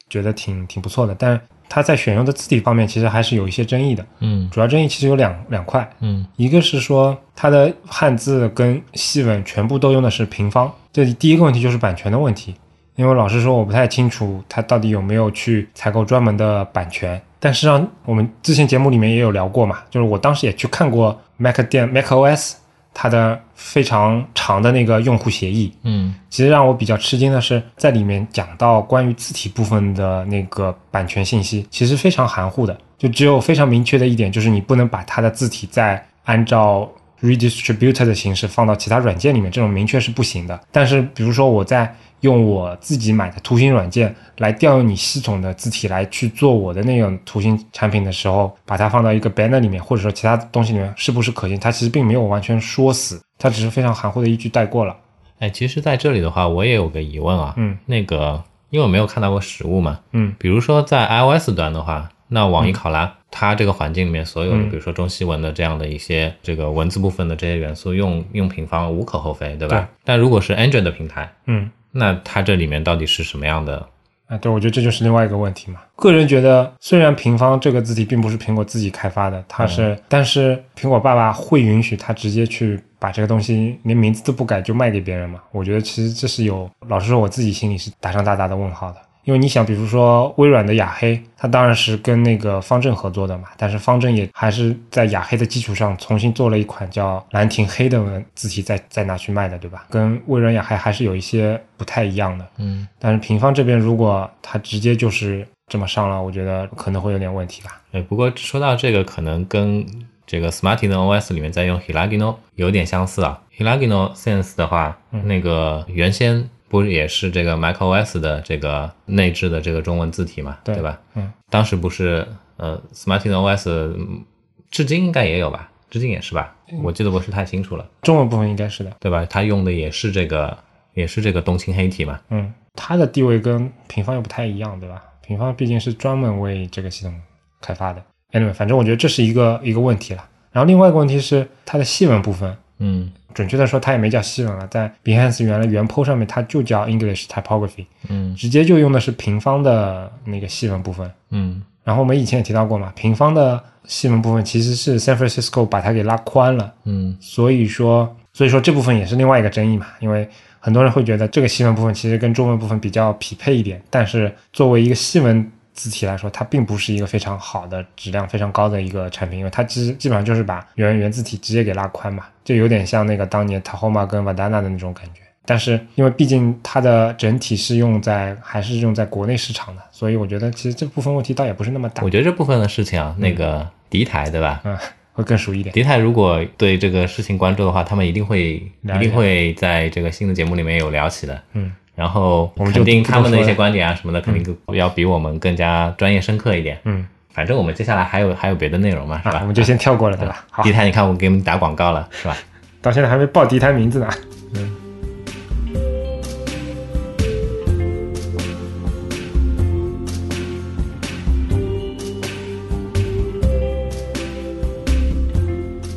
B: 觉得挺挺不错的，但它在选用的字体方面其实还是有一些争议的。
A: 嗯
B: 主要争议其实有两两块，
A: 嗯
B: 一个是说它的汉字跟西文全部都用的是平方，这第一个问题就是版权的问题。因为老实说，我不太清楚它到底有没有去采购专门的版权。但实际上，我们之前节目里面也有聊过嘛，就是我当时也去看过 Mac 店 macOS 它的非常长的那个用户协议，
A: 嗯
B: 其实让我比较吃惊的是，在里面讲到关于字体部分的那个版权信息，其实非常含糊的，就只有非常明确的一点，就是你不能把它的字体再按照 redistributed 的形式放到其他软件里面，这种明确是不行的。但是，比如说我在用我自己买的图形软件来调用你系统的字体来去做我的那种图形产品的时候，把它放到一个 banner 里面，或者说其他东西里面，是不是可行？它其实并没有完全说死，它只是非常含糊的一句带过了。
A: 哎，其实在这里的话，我也有个疑问啊。
B: 嗯，
A: 那个，因为我没有看到过实物嘛。
B: 嗯
A: 比如说在 iOS 端的话，那网易考拉、它这个环境里面所有的，
B: 嗯
A: 比如说中西文的这样的一些这个文字部分的这些元素用用平方无可厚非，对吧？
B: 对
A: 但如果是 Android 的平台，
B: 嗯。
A: 那它这里面到底是什么样的？
B: 啊，对，我觉得这就是另外一个问题嘛。个人觉得，虽然平方这个字体并不是苹果自己开发的，它是，但是苹果爸爸会允许他直接去把这个东西连名字都不改就卖给别人嘛？我觉得其实这是有，老实说，我自己心里是打上大大的问号的。因为你想，比如说微软的雅黑，它当然是跟那个方正合作的嘛，但是方正也还是在雅黑的基础上重新做了一款叫兰亭黑的文字体再再拿去卖的，对吧？跟微软雅黑还是有一些不太一样的。
A: 嗯，
B: 但是平方这边如果它直接就是这么上了，我觉得可能会有点问题吧。
A: 哎，不过说到这个，可能跟这个 Smartisan OS 里面在用 Hilagino 有点相似啊。Hilagino Sense 的话，那个原先不是也是这个 macOS 的这个内置的这个中文字体嘛，对
B: 对
A: 吧？
B: 嗯，
A: 当时不是呃 Smartisan OS，嗯至今应该也有吧？至今也是吧？我记得不是太清楚了，
B: 中文部分应该是的，
A: 对吧？它用的也是这个，也是这个冬青黑体嘛。
B: 嗯，它的地位跟平方又不太一样，对吧？平方毕竟是专门为这个系统开发的。Anyway，反正我觉得这是一个一个问题了。然后另外一个问题是它的细文部分，
A: 嗯
B: 准确的说它也没叫细文了，在 Behance 原来原 PO 上面它就叫 English Typography，
A: 嗯
B: 直接就用的是平方的那个细文部分。
A: 嗯
B: 然后我们以前也提到过嘛，平方的细文部分其实是 San Francisco 把它给拉宽了，
A: 嗯
B: 所以说，所以说这部分也是另外一个争议嘛，因为很多人会觉得这个西文部分其实跟中文部分比较匹配一点，但是作为一个西文字体来说，它并不是一个非常好的质量非常高的一个产品，因为它基基本上就是把原原字体直接给拉宽嘛，这有点像那个当年 Tahoma 跟 Vadana 的那种感觉。但是因为毕竟它的整体是用在还是用在国内市场的，所以我觉得其实这部分问题倒也不是那么大
A: 我，觉得这部分的事情啊，那个敌台对吧？
B: 嗯，会更熟一点。
A: 迪泰如果对这个事情关注的话，他们一定会
B: 了
A: 一
B: 解
A: 定会在这个新的节目里面有聊起的。
B: 嗯，
A: 然后
B: 我们
A: 肯
B: 就
A: 定
B: 不多
A: 他们的一
B: 说
A: 些
B: 了
A: 观点啊什么的，肯定要比我们更加专业深刻一点。
B: 嗯，
A: 反正我们接下来还有还有别的内容嘛，是
B: 啊，我
A: 吧？
B: 们就先跳过嗯了，对吧？好
A: 迪，泰，你看我给你们打广告了，是吧？
B: 到现在还没报敌台名字呢。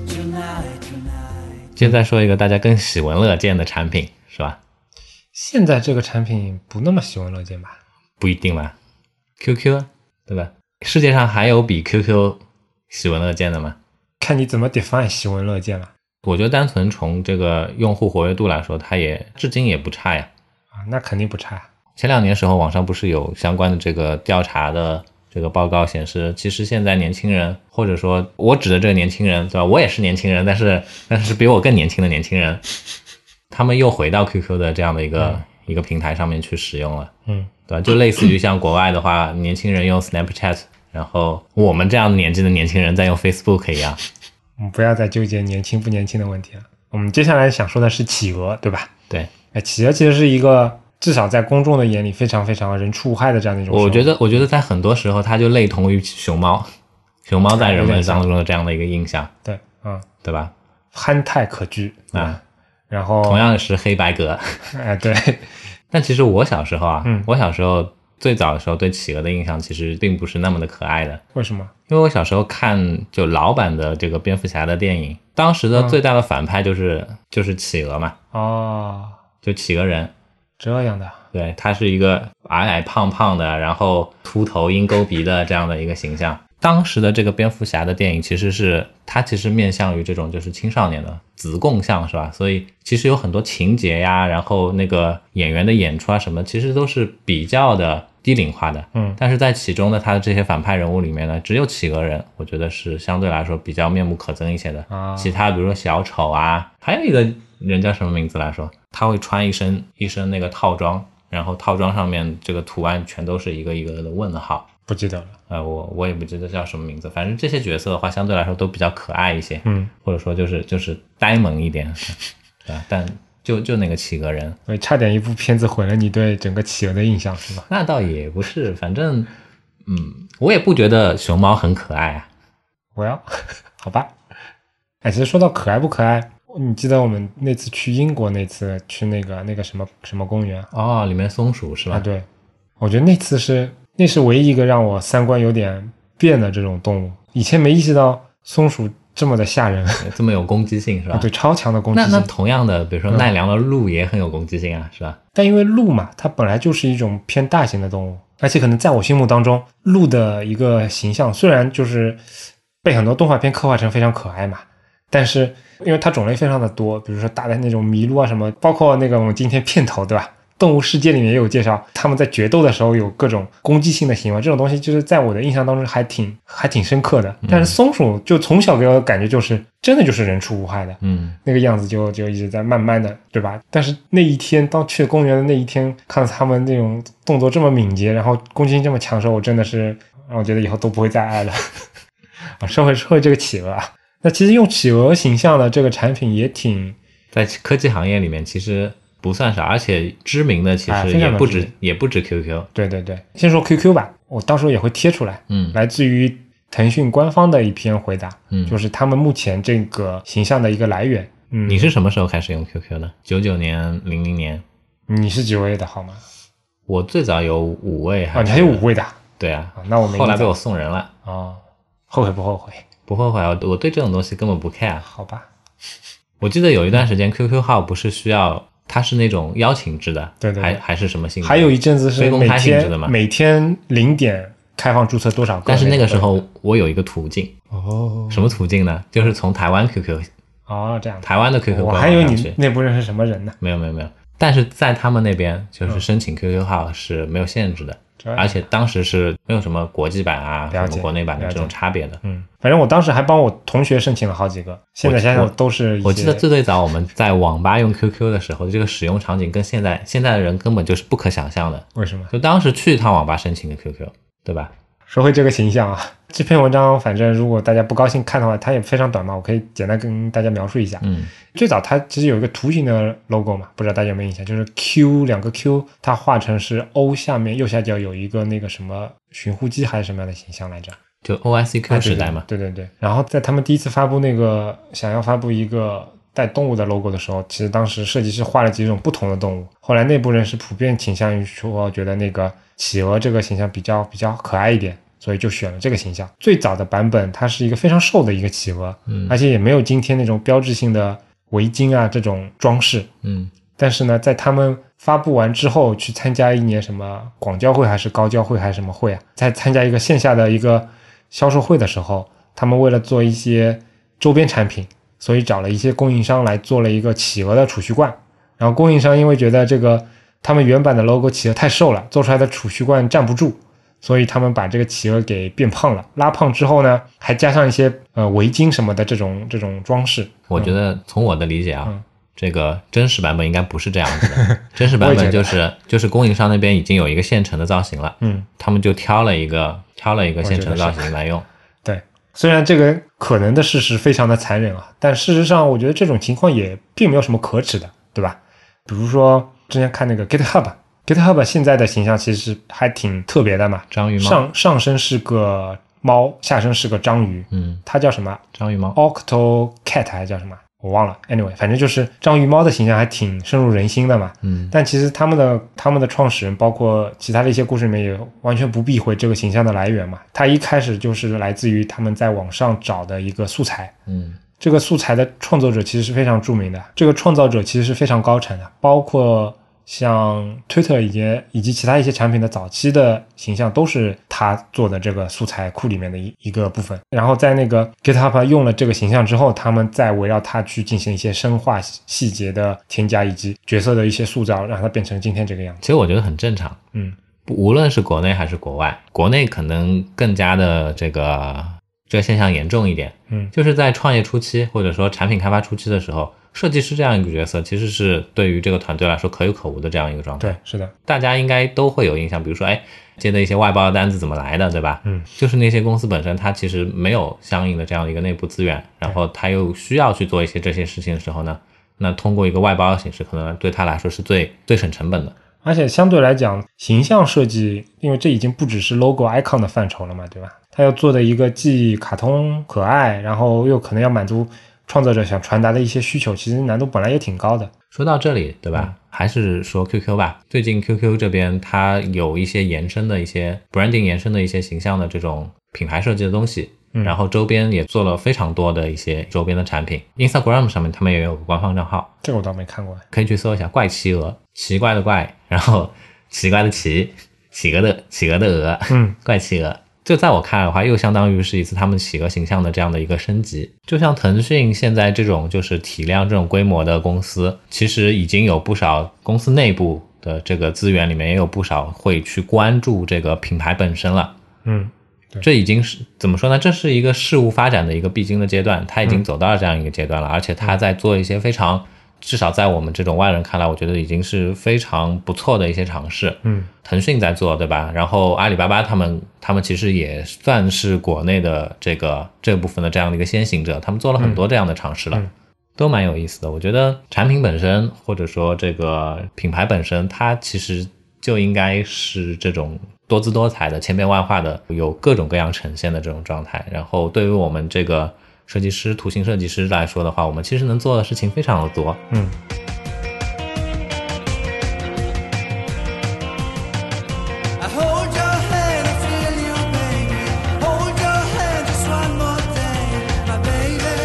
C: Tonight, tonight.
A: 接接着再说一个大家更喜闻乐见的产品，是吧？
B: 现在这个产品不那么喜闻乐见吧？
A: 不一定啦，QQ 对吧？世界上还有比 QQ 喜闻乐见的吗？
B: 看你怎么 define 喜闻乐见了
A: 我觉得单纯从这个用户活跃度来说，它也至今也不差呀。
B: 啊，那肯定不差。
A: 前两年时候，网上不是有相关的这个调查的这个报告显示，其实现在年轻人，或者说我指的这个年轻人，对吧？我也是年轻人，但是但是比我更年轻的年轻人， 他们又回到 QQ 的这样的一个、一个平台上面去使用了。
B: 嗯，
A: 对吧？就类似于像国外的话，年轻人用 Snapchat，然后我们这样的年纪的年轻人在用 Facebook 一样。
B: 我嗯们不要再纠结年轻不年轻的问题了。我们接下来想说的是企鹅，对吧？
A: 对，
B: 哎，企鹅其实是一个至少在公众的眼里非常非常人畜无害的这样的一种生物。
A: 我觉得，我觉得在很多时候，它就类同于熊猫，熊猫在人们当中的这样的一个印象，
B: 对，嗯，
A: 对吧？
B: 憨态可掬对吧
A: 啊
B: 然后
A: 同样是黑白格，
B: 哎，对，
A: 但其实我小时候啊，
B: 嗯
A: 我小时候最早的时候对企鹅的印象其实并不是那么的可爱的，
B: 为什么？
A: 因为我小时候看就老版的这个蝙蝠侠的电影，当时的最大的反派就是、就是企鹅嘛，
B: 哦，
A: 就企鹅人，
B: 这样的，
A: 对，他是一个矮矮胖胖的，然后秃头鹰钩鼻的这样的一个形象。当时的这个蝙蝠侠的电影其实是它其实面向于这种就是青少年的子供向是吧？所以其实有很多情节呀，然后那个演员的演出啊什么，其实都是比较的低龄化的。
B: 嗯
A: 但是在其中的他的这些反派人物里面呢，只有企鹅人，我觉得是相对来说比较面目可憎一些的。
B: 啊，
A: 其他比如说小丑啊，还有一个人叫什么名字来说，他会穿一身一身那个套装，然后套装上面这个图案全都是一个一个的问号。
B: 不记得了。
A: 呃，我我也不记得叫什么名字，反正这些角色的话，相对来说都比较可爱一些，
B: 嗯，
A: 或者说就是就是呆萌一点， 对吧？但就就那个企鹅人，
B: 所以差点一部片子毁了你对整个企鹅的印象，是吧？
A: 那倒也不是，反正嗯，我也不觉得熊猫很可爱啊。
B: 我要， 好吧。哎，其实说到可爱不可爱，你记得我们那次去英国那次去那个那个什么什么公园啊
A: 哦，里面松鼠是吧？
B: 啊？对，我觉得那次是那是唯一一个让我三观有点变的这种动物，以前没意识到松鼠这么的吓人
A: 这么有攻击性是吧？
B: 啊，对，超强的攻击
A: 那那
B: 性。
A: 同样的，比如说奈良的鹿也很有攻击性啊，是吧？
B: 但因为鹿嘛，它本来就是一种偏大型的动物，而且可能在我心目当中，鹿的一个形象虽然就是被很多动画片刻画成非常可爱嘛，但是因为它种类非常的多，比如说大的那种麋鹿啊什么，包括那个我们今天片头对吧？动物世界里面也有介绍，他们在决斗的时候有各种攻击性的行为，这种东西就是在我的印象当中还挺还挺深刻的。但是松鼠就从小给我的感觉就是真的就是人畜无害的，
A: 嗯，
B: 那个样子就就一直在慢慢的，对吧？但是那一天，当去公园的那一天，看到他们那种动作这么敏捷，然后攻击性这么强的时候，我真的是让我觉得以后都不会再爱了。 啊，说回说回这个企鹅啊，那其实用企鹅形象的这个产品也挺
A: 在科技行业里面其实不算少，而且知名的其
B: 哎
A: 实
B: 非常
A: 也不
B: 知
A: 止、
B: 名
A: 也不止 QQ。
B: 对对对。先说 QQ 吧，我到时候也会贴出来，
A: 嗯
B: 来自于腾讯官方的一篇回答，
A: 嗯，
B: 就是他们目前这个形象的一个来源。嗯，
A: 你是什么时候开始用 QQ 的？九九年、零零年，
B: 你是几位的好吗？
A: 我最早有五位还
B: 啊，
A: 是，
B: 你还有五位的啊？
A: 对啊，
B: 那我没
A: 后来
B: 印
A: 被
B: 象
A: 我送人了，
B: 哦，后悔不后悔？
A: 不后悔啊，我我对这种东西根本不 care。
B: 好吧，
A: 我记得有一段时间 QQ 号不是需要，它是那种邀请制的，
B: 对对对
A: 还还是什么性质？
B: 还有一阵子是
A: 非公
B: 每
A: 开性质的
B: 天
A: 嘛
B: 每天零点开放注册多少个，
A: 但是那个时候我有一个途径，
B: 哦
A: 什么途径呢？就是从台湾 QQ
B: 哦这样，
A: 台湾的 QQ
B: 我
A: 官网
B: 还以为
A: 上
B: 你
A: 去
B: 内部认识什么人呢，
A: 没有没有没有，但是在他们那边就是申请 QQ 号是没有限制的，
B: 这样
A: 而且当时是没有什么国际版啊、
B: 嗯了
A: 什
B: 解
A: 么国内版的这
B: 了
A: 种
B: 解
A: 差别的。
B: 嗯，反正我当时还帮我同学申请了好几个，现在想
A: 我
B: 想都是一些
A: 我记得最最早我们在网吧用 QQ 的时候，这个使用场景跟现在现在的人根本就是不可想象的。
B: 为什么
A: 就当时去一趟网吧申请个 QQ，对吧？
B: 说回这个形象啊，这篇文章反正如果大家不高兴看的话，它也非常短嘛，我可以简单跟大家描述一下，
A: 嗯，
B: 最早它其实有一个图形的 logo 嘛，不知道大家有没有印象？就是 Q 两个 Q，它画成是 O 下面右下角有一个那个什么寻呼机还是什么样的形象来着？
A: 就 OICQ 时代嘛。
B: 对对对。然后在他们第一次发布那个想要发布一个带动物的 logo 的时候，其实当时设计师画了几种不同的动物。后来内部人士普遍倾向于说，觉得那个企鹅这个形象比较比较可爱一点。所以就选了这个形象。最早的版本，它是一个非常瘦的一个企鹅，
A: 嗯
B: 而且也没有今天那种标志性的围巾啊这种装饰。
A: 嗯
B: 但是呢，在他们发布完之后，去参加一年什么广交会还是高交会还是什么会啊，在参加一个线下的一个销售会的时候，他们为了做一些周边产品，所以找了一些供应商来做了一个企鹅的储蓄罐。然后供应商因为觉得这个他们原版的 logo 企鹅太瘦了，做出来的储蓄罐站不住，所以他们把这个企鹅给变胖了。拉胖之后呢，还加上一些呃围巾什么的这种这种装饰。
A: 我觉得从我的理解啊，
B: 嗯
A: 这个真实版本应该不是这样子的。 真实版
B: 我也
A: 本
B: 觉
A: 就
B: 得
A: 是就是供应商那边已经有一个现成的造型了，
B: 嗯，
A: 他们就挑了一个挑了一个现成的造型来用。
B: 对，虽然这个可能的事实非常的残忍啊，但事实上我觉得这种情况也并没有什么可耻的，对吧？比如说之前看那个 GitHub，GitHub 现在的形象其实还挺特别的嘛，
A: 章鱼猫，
B: 上上身是个猫，下身是个章鱼，
A: 嗯，
B: 它叫什么
A: 章鱼猫，
B: ？Octo Cat 还是叫什么？我忘了，anyway，反正就是章鱼猫的形象还挺深入人心的嘛。
A: 嗯
B: 但其实他们的他们的创始人，包括其他的一些故事里面，也完全不避讳这个形象的来源嘛。他一开始就是来自于他们在网上找的一个素材，
A: 嗯
B: 这个素材的创作者其实是非常著名的，这个创造者其实是非常高产的，包括像 Twitter 以及以及其他一些产品的早期的形象都是他做的这个素材库里面的一一个部分。然后在那个 GitHub 用了这个形象之后，他们再围绕它去进行一些深化细细节的添加以及角色的一些塑造，让它变成今天这个样子。
A: 其实我觉得很正常。
B: 嗯
A: 不无论是国内还是国外，国内可能更加的这个这个现象严重一点，
B: 嗯
A: 就是在创业初期或者说产品开发初期的时候，设计师这样一个角色其实是对于这个团队来说可有可无的这样一个状态。
B: 对，是的，
A: 大家应该都会有印象，比如说，哎，接的一些外包的单子怎么来的，对吧？
B: 嗯，
A: 就是那些公司本身它其实没有相应的这样的一个内部资源，然后它又需要去做一些这些事情的时候呢，那通过一个外包的形式，可能对它来说是最最省成本的。
B: 而且相对来讲，形象设计，因为这已经不只是 logo icon 的范畴了嘛，对吧？它要做的一个既卡通可爱，然后又可能要满足创作者想传达的一些需求，其实难度本来也挺高的。
A: 说到这里，对吧？还是说 QQ 吧。最近 QQ 这边它有一些延伸的一些 branding 延伸的一些形象的这种品牌设计的东西，
B: 嗯
A: 然后周边也做了非常多的一些周边的产品。Instagram 上面他们也有个官方账号，
B: 这个我倒没看过。
A: 可以去搜一下“怪企鹅”，奇怪的怪，然后奇怪的奇，企鹅的企鹅的鹅，
B: 嗯，
A: 怪企鹅。就在我看来的话，又相当于是一次他们企鹅形象的这样的一个升级。就像腾讯现在这种就是体量这种规模的公司，其实已经有不少公司内部的这个资源里面也有不少会去关注这个品牌本身了。
B: 嗯，
A: 这已经是怎么说呢？这是一个事物发展的一个必经的阶段，它已经走到了这样一个阶段了，而且它在做一些非常，至少在我们这种外人看来，我觉得已经是非常不错的一些尝试。
B: 嗯，
A: 腾讯在做，对吧？然后阿里巴巴他们，他们其实也算是国内的这个这部分的这样的一个先行者，他们做了很多这样的尝试了。
B: 嗯
A: 都蛮有意思的，我觉得产品本身或者说这个品牌本身，它其实就应该是这种多姿多彩的、千变万化的，有各种各样呈现的这种状态。然后对于我们这个设计师、图形设计师来说的话，我们其实能做的事情非常的多。
B: 嗯，
C: I hold your hand, I feel you, baby. Hold your hand just one more day, my baby.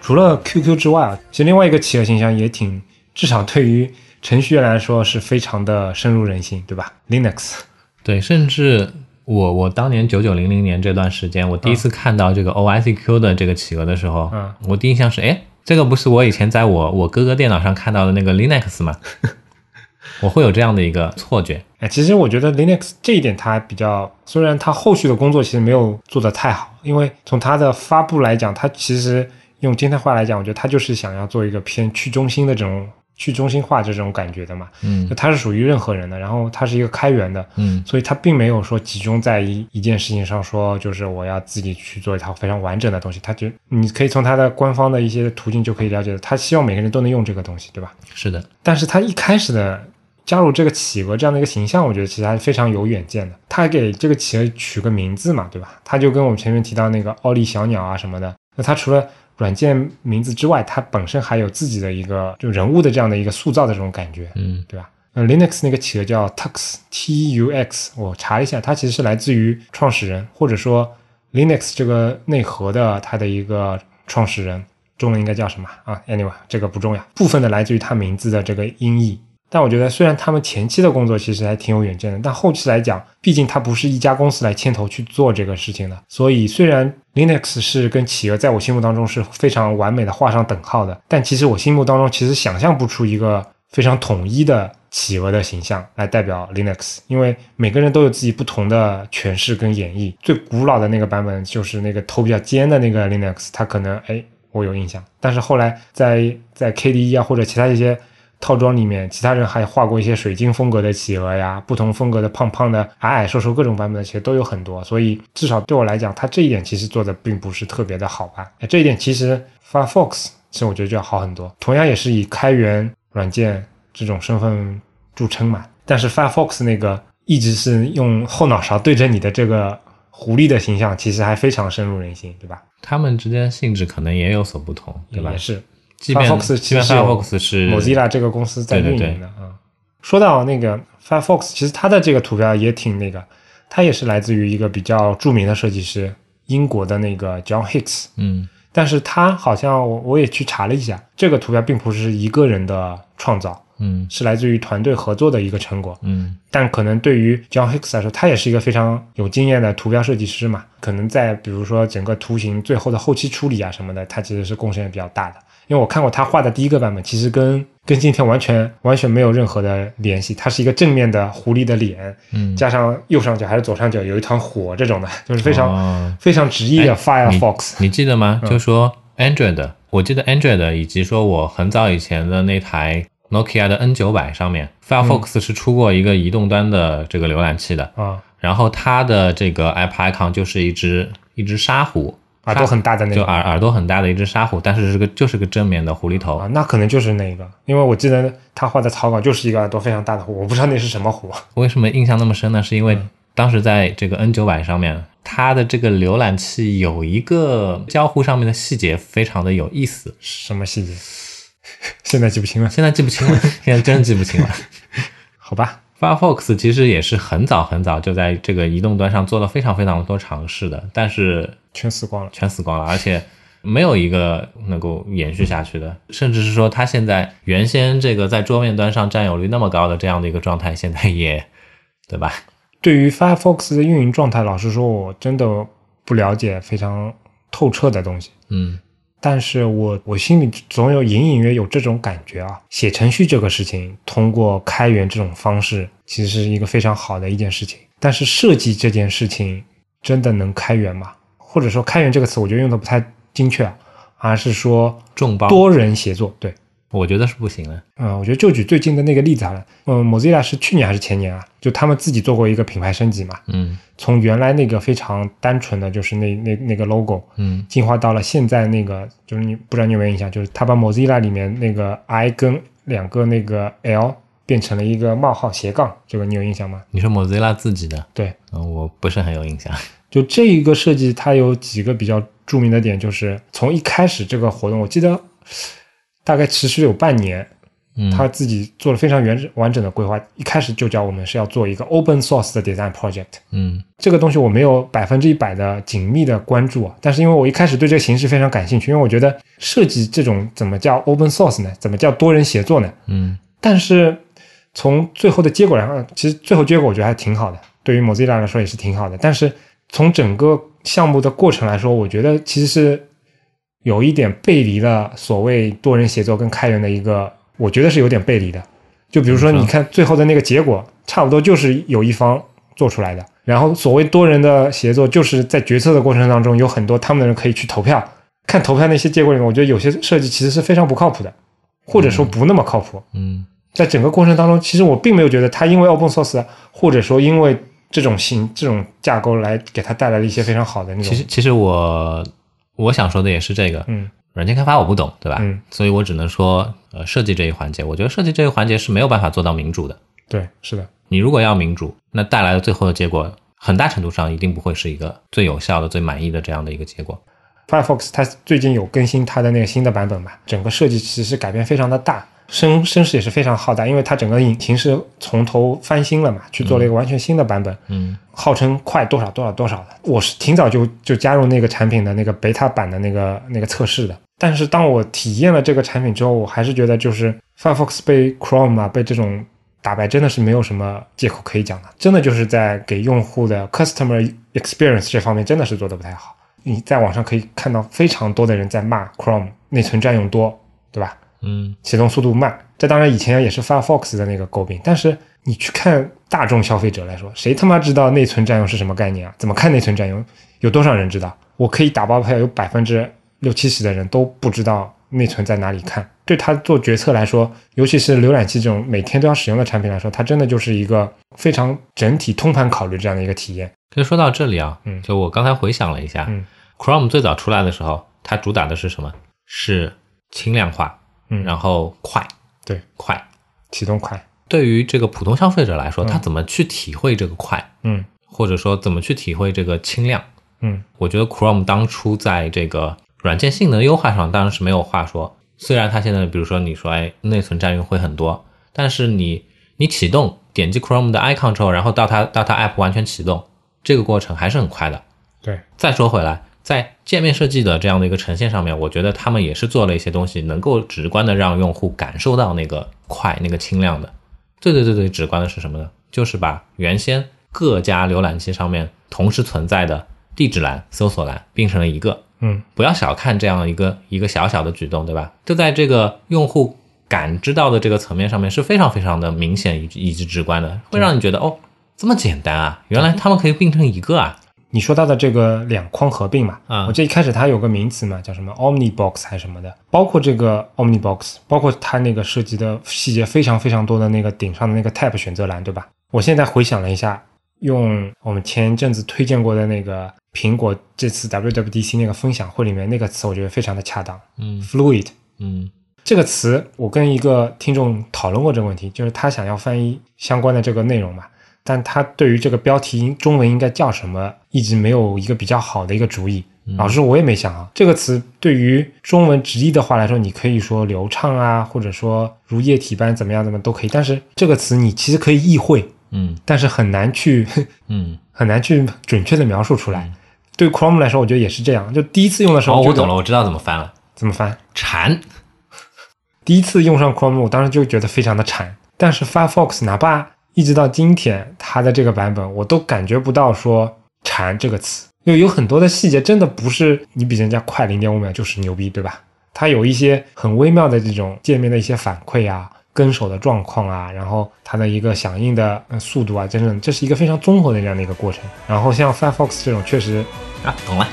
B: 除了 QQ 之外啊，其实另外一个企鹅形象也挺，至少对于程序员来说是非常的深入人心，对吧？Linux，
A: 对，甚至我我当年九九零零年这段时间，我第一次看到这个 OICQ 的这个企鹅的时候，
B: 嗯
A: 我第一印象是，哎，这个不是我以前在我我哥哥电脑上看到的那个 Linux 吗？我会有这样的一个错觉。
B: 哎，其实我觉得 Linux 这一点它比较，虽然它后续的工作其实没有做得太好，因为从它的发布来讲，它其实用今天话来讲，我觉得它就是想要做一个偏去中心的这种去中心化这种感觉的嘛，
A: 嗯
B: 就它是属于任何人的，然后它是一个开源的，
A: 嗯
B: 所以它并没有说集中在一一件事情上，说就是我要自己去做一套非常完整的东西。它就你可以从它的官方的一些途径就可以了解到，它希望每个人都能用这个东西，对吧？，
A: 是的，
B: 但是他一开始的加入这个企鹅这样的一个形象，我觉得其实还是非常有远见的。他还给这个企鹅取个名字嘛，对吧？他就跟我们前面提到那个奥利小鸟啊什么的，那他除了软件名字之外，它本身还有自己的一个就人物的这样的一个塑造的这种感觉，
A: 嗯
B: 对吧？那 Linux 那个企鹅叫 Tux T U X，我查了一下，它其实是来自于创始人或者说 Linux 这个内核的它的一个创始人，中文应该叫什么啊？Anyway，这个不重要，部分的来自于他名字的这个音译。但我觉得，虽然他们前期的工作其实还挺有远见的，但后期来讲，毕竟它不是一家公司来牵头去做这个事情的。所以，虽然 Linux 是跟企鹅在我心目当中是非常完美的画上等号的，但其实我心目当中其实想象不出一个非常统一的企鹅的形象来代表 Linux，因为每个人都有自己不同的诠释跟演绎。最古老的那个版本就是那个头比较尖的那个 Linux，它可能哎我有印象，但是后来在在 KDE 啊或者其他一些套装里面，其他人还画过一些水晶风格的企鹅呀，不同风格的胖胖的、矮矮瘦瘦各种版本的，其实都有很多。所以至少对我来讲，它这一点其实做的并不是特别的好吧。哎这一点其实 Firefox 其实我觉得就要好很多。同样也是以开源软件这种身份著称嘛，但是 Firefox 那个一直是用后脑勺对着你的这个狐狸的形象，其实还非常深入人心，对吧？
A: 他们之间的性质可能也有所不同，对吧
B: 也？是
A: 即便
B: Firefox
A: 即便
B: 其实有
A: Firefox 是
B: Mozilla 这个公司在
A: 对对
B: 运营
A: 对
B: 的啊、嗯说到那个 Firefox，其实它的这个图标也挺那个，它也是来自于一个比较著名的设计师，英国的那个 John Hicks。
A: 嗯，
B: 但是他好像我我也去查了一下，这个图标并不是一个人的创造，
A: 嗯
B: 是来自于团队合作的一个成果。
A: 嗯
B: 但可能对于 John Hicks 来说，他也是一个非常有经验的图标设计师嘛，可能在比如说整个图形最后的后期处理啊什么的，他其实是贡献也比较大的。因为我看过他画的第一个版本，其实跟跟今天完全完全没有任何的联系，它是一个正面的狐狸的脸，
A: 嗯，
B: 加上右上角还是左上角有一团火这种的，就是非常、
A: 哦
B: 非常直译的
A: 哎你
B: Firefox。
A: 你记得
B: 嗯
A: 吗？就说 Android，我记得 Android 以及说我很早以前的那台 Nokia 的 N 九百上面，Firefox
B: 嗯
A: 是出过一个移动端的这个浏览器的，
B: 啊
A: 然后它的这个 App Icon 就是一只一只沙狐，
B: 耳朵很大的那
A: 就啊耳
B: 个
A: 耳朵很大的一只沙狐，但是是个就是个正面的狐狸头
B: 啊，。那可能就是那个，因为我记得他画的草稿就是一个耳朵非常大的火，我不知道那是什么火。
A: 为什么印象那么深呢？是因
B: 嗯
A: 为当时在这个 N 九百上面，它的这个浏览器有一个交互上面的细节非常的有意思，
B: 什么细节？ 现在记不清了，
A: 现在记不 清了，现在真的记不清了。
B: 好吧？
A: Firefox 其实也是很早很早就在这个移动端上做了非常非常多尝试的，但是
B: 全死光了。
A: 全死 光了，而且没有一个能够延续下去的，甚至是说它现在原先这个在桌面端上占有率那么高的这样的一个状态，现在也对吧？
B: 对于 Firefox 的运营状态，老实说，我真的不了解非常透彻的东西。
A: 嗯
B: 但是我我心里总有隐隐约有这种感觉啊，写程序这个事情，通过开源这种方式，其实是一个非常好的一件事情。但是设计这件事情，真的能开源吗？或者说“开源”这个词，我觉得用的不太精确啊，而是说
A: 众包
B: 多人协作。对，
A: 我觉得是不行的。
B: 嗯，我觉得就举最近的那个例子好了。嗯，Mozilla 是去年还是前年啊？就他们自己做过一个品牌升级嘛，
A: 嗯
B: 从原来那个非常单纯的就是那那那个 logo，
A: 嗯
B: 进化到了现在那个，就是你不知道你有没有印象，就是他把 Mozilla 里面那个 i 跟两个那个 l 变成了一个冒号斜杠，这个你有印象吗？
A: 你说 Mozilla 自己的，
B: 对，
A: 嗯，我不是很有印象。
B: 就这一个设计，它有几个比较著名的点，就是从一开始这个活动，我记得大概持续了有半年，
A: 嗯，
B: 他自己做了非常完整完整的规划，一开始就教我们是要做一个 open source 的 design project。
A: 嗯
B: 这个东西我没有百分之一百的紧密的关注啊，但是因为我一开始对这个形式非常感兴趣，因为我觉得设计这种怎么叫 open source 呢？怎么叫多人协作呢？
A: 嗯
B: 但是从最后的结果来看，其实最后结果我觉得还挺好的，对于 Mozilla 来说也是挺好的。但是从整个项目的过程来说，我觉得其实是有一点背离了所谓多人协作跟开源的一个，我觉得是有点背离的。就比如说，
A: 嗯
B: 你看最后的那个结果，差不多就是有一方做出来的。然后所谓多人的协作，就是在决策的过程当中，有很多他们的人可以去投票。看投票那些结果里面，我觉得有些设计其实是非常不靠谱的，或者说不那么靠谱。
A: 嗯
B: 在整个过程当中，其实我并没有觉得它因为 open source 啊或者说因为这种型这种架构来给它带来了一些非常好的那种。
A: 其实其实我我想说的也是这个，
B: 嗯，
A: 软件开发我不懂，对吧？
B: 嗯，
A: 所以我只能说，呃，设计这一环节，我觉得设计这一环节是没有办法做到民主的。
B: 对，是的，
A: 你如果要民主，那带来的最后的结果，很大程度上一定不会是一个最有效的、最满意的这样的一个结果。
B: Firefox 它最近有更新它的那个新的版本嘛，整个设计其实改变非常的大。声声势也是非常浩大，因为它整个引擎是从头翻新了嘛，去做了一个完全新的版本，
A: 嗯
B: 号称快多少多少多少的。我是挺早就就加入那个产品的那个 beta 版的那个那个测试的。但是当我体验了这个产品之后，我还是觉得就是 Firefox 被 Chrome 啊，被这种打败真的是没有什么借口可以讲的，真的就是在给用户的 customer experience 这方面真的是做的不太好。你在网上可以看到非常多的人在骂 Chrome 内存占用多，对吧？
A: 嗯
B: 启动速度慢。这当然以前也是 Firefox 的那个诟病，但是你去看大众消费者来说，谁他妈知道内存占用是什么概念啊？怎么看内存占用？有多少人知道？我可以打包票，有百分之六七十的人都不知道内存在哪里看。对他做决策来说，尤其是浏览器这种每天都要使用的产品来说，它真的就是一个非常整体通盘考虑这样的一个体验。
A: 其实说到这里啊，
B: 嗯
A: 就我刚才回想了一下、
B: 嗯
A: c h r o m e 最早出来的时候，它主打的是什么？是轻量化，
B: 嗯
A: 然后快，
B: 对，
A: 快。
B: 启动快，
A: 对于这个普通消费者来说，他怎么去体会这个快，
B: 嗯
A: 或者说怎么去体会这个轻量？
B: 嗯
A: 我觉得 Chrome 当初在这个软件性能优化上当然是没有话说。虽然它现在，比如说你说哎内存占用会很多，但是你你启动点击 Chrome 的 icon 之后，然后到它到它 app 完全启动，这个过程还是很快的。
B: 对，
A: 再说回来，在界面设计的这样的一个呈现上面，我觉得他们也是做了一些东西，能够直观的让用户感受到那个快、那个轻量的。最最最最直观的是什么呢？就是把原先各家浏览器上面同时存在的地址栏、搜索栏并成了一个。
B: 嗯
A: 不要小看这样一个一个小小的举动，对吧？就在这个用户感知到的这个层面上面是非常非常的明显以及以及直观的，会让你觉得哦，这么简单啊，原来他们可以并成一个啊。
B: 你说到的这个两框合并嘛，
A: 嗯
B: 我记得一开始它有个名词嘛，叫什么 OmniBox 还是什么的，包括这个 OmniBox，包括它那个涉及的细节非常非常多的那个顶上的那个 Tab 选择栏，对吧？我现在回想了一下，用我们前一阵子推荐过的那个苹果这次 WWDC 那个分享会里面那个词，我觉得非常的恰当
A: 嗯
B: ，fluid。
A: 嗯
B: 这个词，我跟一个听众讨论过这个问题，就是他想要翻译相关的这个内容嘛，但他对于这个标题中文应该叫什么，一直没有一个比较好的一个主意。
A: 嗯
B: 老实说，我也没想好这个词对于中文直译的话来说，你可以说流畅啊，或者说如液体般怎么样怎么都可以，但是这个词你其实可以意会，
A: 嗯
B: 但是很难去
A: 嗯。
B: 很难去准确的描述出来。对 Chrome 来说，我觉得也是这样，就第一次用的时候，
A: 哦，我
B: 觉得
A: 懂了，，我知道怎么翻了，
B: 怎么翻？
A: 馋。
B: 第一次用上 Chrome，我当时就觉得非常的馋。但是 Firefox 哪怕一直到今天它的这个版本，我都感觉不到说“馋”这个词，因为有很多的细节真的不是你比人家快零点五秒就是牛逼，对吧？它有一些很微妙的这种界面的一些反馈啊，跟手的状况啊，然后它的一个响应的呃速度啊，真正这是一个非常综合的这样的一个过程。然后像 Firefox 这种确实
A: 啊，懂了。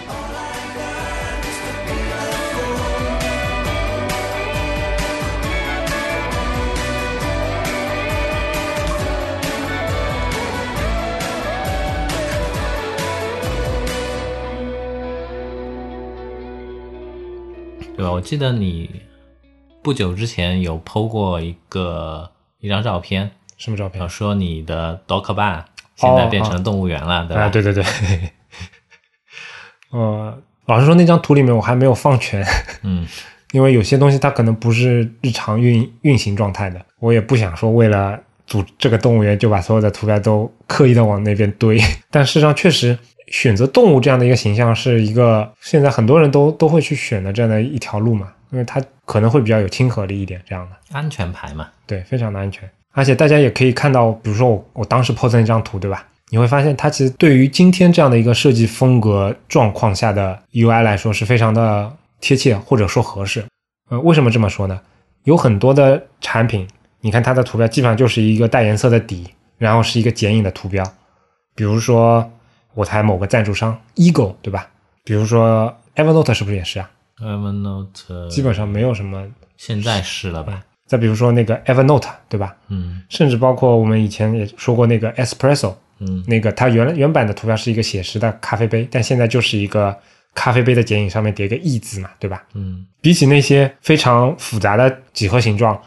A: 对吧？我记得你不久之前有 PO 过一个一张照片，
B: 什么照片
A: 呃说你的 Docker Bar 现在
B: 哦
A: 变
B: 哦
A: 成动物园了，对吧？
B: 啊，对对 对，呃，老实说，那张图里面我还没有放全，
A: 嗯，
B: 因为有些东西它可能不是日常运运行状态的，我也不想说为了组这个动物园就把所有的图标都刻意的往那边堆， 但事实上确实。选择动物这样的一个形象是一个现在很多人都都会去选的这样的一条路嘛，因为它可能会比较有亲和力一点这样的。
A: 安全牌嘛，
B: 对，非常的安全。而且大家也可以看到，比如说我我当时 po 的那张图，对吧？你会发现它其实对于今天这样的一个设计风格状况下的 UI 来说是非常的贴切或者说合适。呃，为什么这么说呢？有很多的产品，你看它的图标基本上就是一个带颜色的底，然后是一个剪影的图标。比如说我台某个赞助商 Ego，对吧？比如说 Evernote 是不是也是啊？
A: Evernote
B: 基本上没有什么。
A: 现在是了吧？
B: 再比如说那个 Evernote，对吧？
A: 嗯
B: 甚至包括我们以前也说过那个 espresso，
A: 嗯
B: 那个它原来原版的图标是一个写实的咖啡杯，但现在就是一个咖啡杯的剪影，上面叠个 e 字嘛，对吧？
A: 嗯
B: 比起那些非常复杂的几何形状，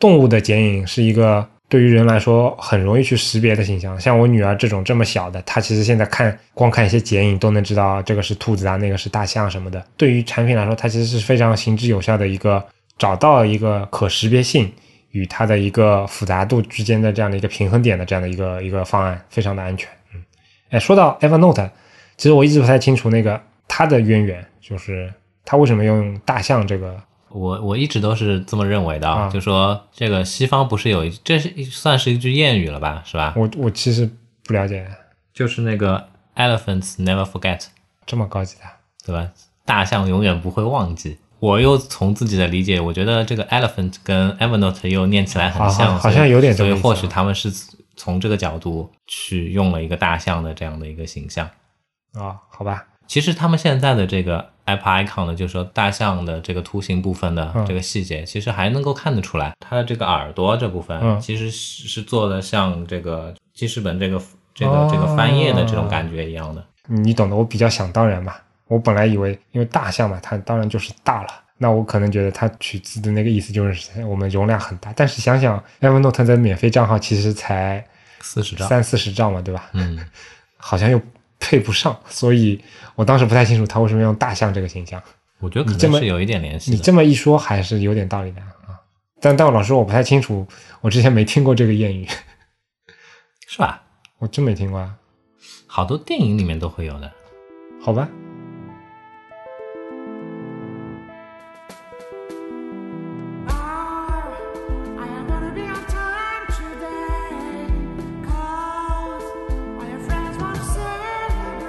B: 动物的剪影是一个对于人来说很容易去识别的形象。像我女儿这种这么小的，她其实现在看光看一些剪影都能知道这个是兔子啊，那个是大象什么的。对于产品来说，它其实是非常行之有效的一个找到一个可识别性，与它的一个复杂度之间的这样的一个平衡点的这样的一个一个方案，非常的安全。嗯，哎，说到 Evernote，其实我一直不太清楚那个它的渊源，就是它为什么用大象这个
A: 我我一直都是这么认为的，
B: 啊
A: 就说这个西方不是有一，这是算是一句谚语了吧，是吧？
B: 我我其实不了解
A: 就是那个 elephants never forget，
B: 这么高级的
A: 对吧？大象永远不会忘记。我又从自己的理解，我觉得这个 elephant 跟 Evernote 又念起来很像，
B: 好好
A: 所以
B: 好像有点
A: 所
B: 这么
A: 以
B: 意思啊
A: 或许他们是从这个角度去用了一个大象的这样的一个形象。
B: 啊、好吧，
A: 其实他们现在的这个 Apple Icon 呢，就是说大象的这个图形部分的
B: 嗯
A: 这个细节，其实还能够看得出来，它的这个耳朵这部
B: 嗯
A: 分其实是是做的像这个记事本这个这个、
B: 哦
A: 这个翻页的这种感觉一样的。
B: 你懂的，我比较想当然嘛。我本来以为，因为大象嘛，它当然就是大了。那我可能觉得它取自的那个意思就是我们容量很大，但是想想 Evernote 的免费账号其实才
A: 四十兆，
B: 三四十兆嘛，对吧？
A: 嗯，
B: 好像又配不上，所以我当时不太清楚它为什么用大象这个形象。
A: 我觉得可
B: 这么
A: 能是有一点联系
B: 你
A: 的。
B: 这么一说还是有点道理的啊。但但我老实说，我不太清楚，我之前没听过这个谚语，
A: 是吧？
B: 我真没听过啊。
A: 好多电影里面都会有的。
B: 好吧，
D: Ah, I am gonna be on time today, 'cause all your friends wanna celebrate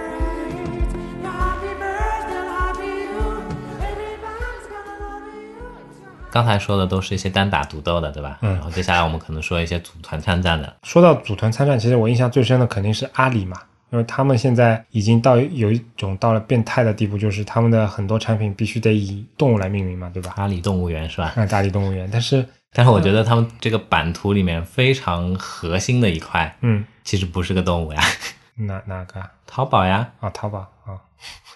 D: your happy birthday, happy you. Everybody's gonna love you. It's your
A: 刚才说的都是一些单打独斗的，对吧？
B: 嗯
A: 然后接下来我们可能说一些组团参战 的。
B: 说到组团参战，其实我印象最深的肯定是阿里嘛，因为他们现在已经到有一种到了变态的地步，就是他们的很多产品必须得以动物来命名嘛，对吧？
A: 阿里动物园是吧？
B: 那大理动物园，但是
A: 但是我觉得他们这个版图里面非常核心的一块，
B: 嗯，
A: 其实不是个动物呀，
B: 哪哪个啊？
A: 淘宝呀，
B: 啊淘宝啊，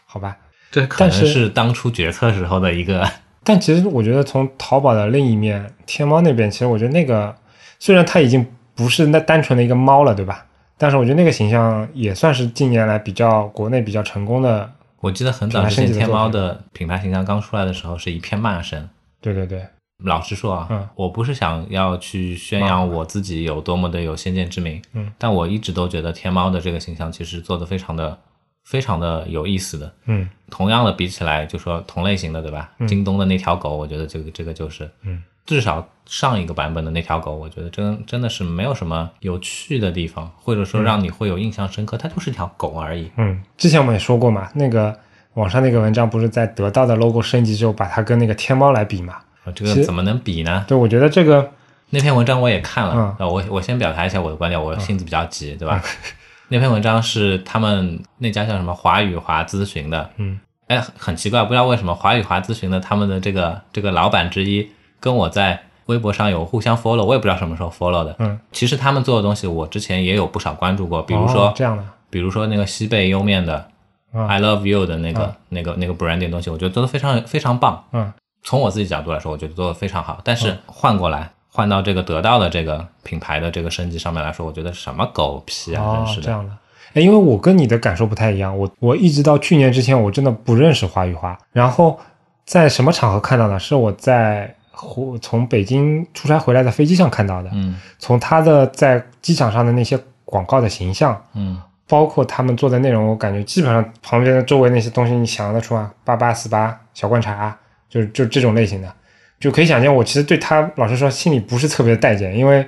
B: 好吧。
A: 这可能
B: 但是
A: 是当初决策时候的一个，
B: 但其实我觉得从淘宝的另一面，天猫那边，其实我觉得那个虽然它已经不是那单纯的一个猫了，对吧？但是我觉得那个形象也算是近年来比较国内比较成功的，
A: 我记得很早之
B: 品牌升级
A: 前
B: 的
A: 天猫
B: 作品
A: 的品牌形象刚出来的时候是一片骂声。
B: 对对对，
A: 老实说啊，
B: 嗯
A: 我不是想要去宣扬我自己有多么的有先见之明，
B: 嗯，
A: 但我一直都觉得天猫的这个形象其实做的非常的非常的有意思的，
B: 嗯
A: 同样的比起来，就说同类型的，对吧？京东的那条狗，我觉得这个这个就是，
B: 嗯，
A: 至少上一个版本的那条狗，我觉得真真的是没有什么有趣的地方，或者说让你会有印象深刻，它就是一条狗而已。
B: 嗯，之前我们也说过嘛，那个网上那个文章不是在得到的 logo 升级之后，把它跟那个天猫来比嘛？
A: 啊这
B: 其
A: 个
B: 实
A: 怎么能比呢？
B: 对，我觉得这个
A: 那篇文章我也看了，
B: 嗯
A: 呃我我先表达一下我的观点，我性子比较急，对吧？ 那篇文章是他们那家叫什么华语华咨询的，
B: 嗯，
A: 哎，很很奇怪，不知道为什么华语华咨询的他们的这个这个老板之一跟我在微博上有互相 follow，我也不知道什么时候 follow 的，
B: 嗯，
A: 其实他们做的东西我之前也有不少关注过，比如说、哎
B: 哦这样的
A: 比如说那个西贝莜面的、
B: 啊
A: I love you 的那个、那个那个 branding 东西，我觉得做的非常非常棒，
B: 嗯
A: 从我自己角度来说，我觉得做的非常好。但是换过来，换到这个得到的这个品牌的这个升级上面来说，我觉得什么狗屁啊，
B: 哦
A: 真是
B: 这
A: 的。
B: 样的。哎，因为我跟你的感受不太一样，我我一直到去年之前，我真的不认识华语华。然后在什么场合看到呢？是我在回从北京出差回来的飞机上看到的。
A: 嗯
B: 从他的在机场上的那些广告的形象，
A: 嗯，
B: 包括他们做的内容，我感觉基本上旁边的周围那些东西你想得出啊，八八四八小罐茶，就是就这种类型的，就可以想见我其实对他老实说心里不是特别待见，因为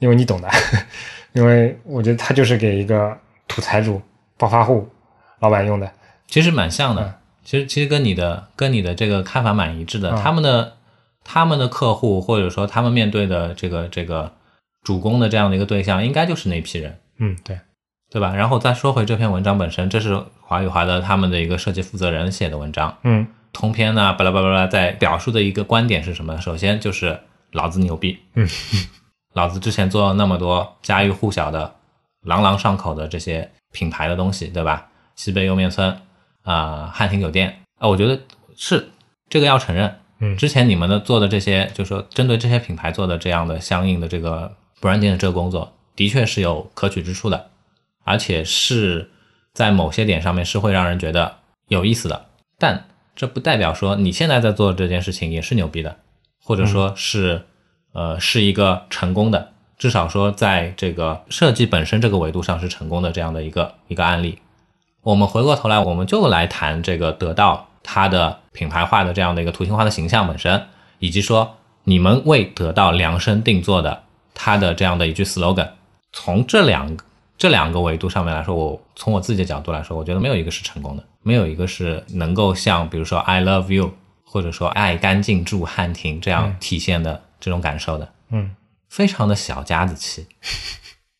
B: 因为你懂的， 因为我觉得他就是给一个土财主、暴发户老板用的，
A: 其实蛮像的。
B: 嗯
A: 其实其实跟你的跟你的这个看法蛮一致的。
B: 嗯
A: 他们的他们的客户或者说他们面对的这个这个主攻的这样的一个对象，应该就是那批人。
B: 嗯，对，
A: 对吧？然后再说回这篇文章本身，这是华语华的他们的一个设计负责人写的文章。
B: 嗯
A: 通篇呢，巴拉巴拉巴拉，在表述的一个观点是什么？首先就是老子牛逼，
B: 嗯，
A: 老子之前做了那么多家喻户晓的、朗朗上口的这些品牌的东西，对吧？西北莜面村啊、汉庭酒店啊、我觉得是这个要承认。
B: 嗯
A: 之前你们的做的这些，就是说针对这些品牌做的这样的相应的这个 branding 的这个工作，的确是有可取之处的，而且是在某些点上面是会让人觉得有意思的。但这不代表说你现在在做这件事情也是牛逼的，或者说是呃是一个成功的，至少说在这个设计本身这个维度上是成功的这样的一个一个案例。我们回过头来，我们就来谈这个得到它的品牌化的这样的一个图形化的形象本身，以及说你们为得到量身定做的它的这样的一句 slogan。从这两个这两个维度上面来说，我从我自己的角度来说，我觉得没有一个是成功的，没有一个是能够像比如说 “I love you” 或者说“爱干净驻汉庭”这样体现的这种感受的，
B: 嗯，
A: 非常的小家子气。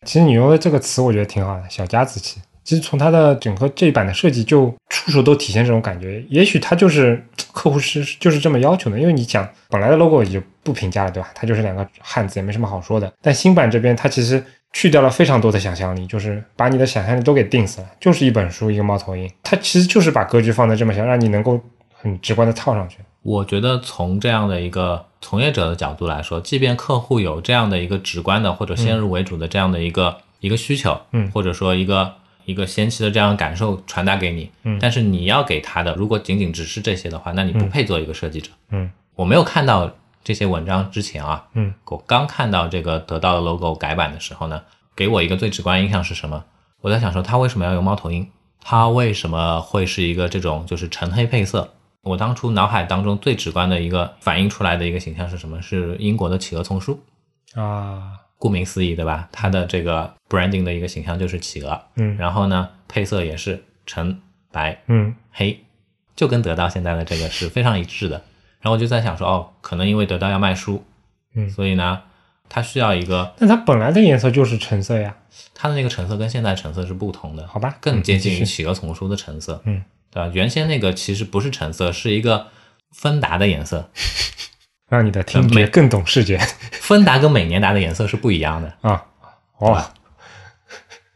B: 其实你用的这个词我觉得挺好的，小家子气。其实从它的整个这一版的设计就处处都体现这种感觉。也许它就是嘖客户是就是这么要求的，因为你想本来的 logo 也就不评价了，对吧？它就是两个汉字，也没什么好说的。但新版这边它其实去掉了非常多的想象力，就是把你的想象力都给定死了，就是一本书一个猫头鹰，它其实就是把格局放在这么小，让你能够很直观的套上去。
A: 我觉得从这样的一个从业者的角度来说，即便客户有这样的一个直观的或者先入为主的这样的一个、一个需求，
B: 嗯
A: 或者说一个一个先期的这样的感受传达给你，嗯，但是你要给他的，如果仅仅只是这些的话，那你不配做一个设计者。
B: 嗯
A: 我没有看到这些文章之前啊，
B: 嗯，
A: 我刚看到这个得到的 logo 改版的时候呢，给我一个最直观印象是什么？我在想说，它为什么要用猫头鹰？它为什么会是一个这种就是橙黑配色？我当初脑海当中最直观的一个反映出来的一个形象是什么？是英国的企鹅丛书，
B: 啊，
A: 顾名思义，对吧？它的这个 branding 的一个形象就是企鹅，
B: 嗯
A: 然后呢，配色也是橙白
B: 嗯
A: 黑，就跟得到现在的这个是非常一致的。然后我就在想说，哦，可能因为得到要卖书，
B: 嗯
A: 所以呢，它需要一个
B: 但它本来的颜色就是橙色呀。
A: 它的那个橙色跟现在橙色是不同的，
B: 好吧
A: 更接近
B: 嗯继续
A: 于企鹅丛书的橙色，
B: 嗯，
A: 对吧？原先那个其实不是橙色，是一个芬达的颜色，
B: 让你的听
A: 没
B: 觉更懂视觉
A: 芬达跟美年达的颜色是不一样的。
B: 啊！哦，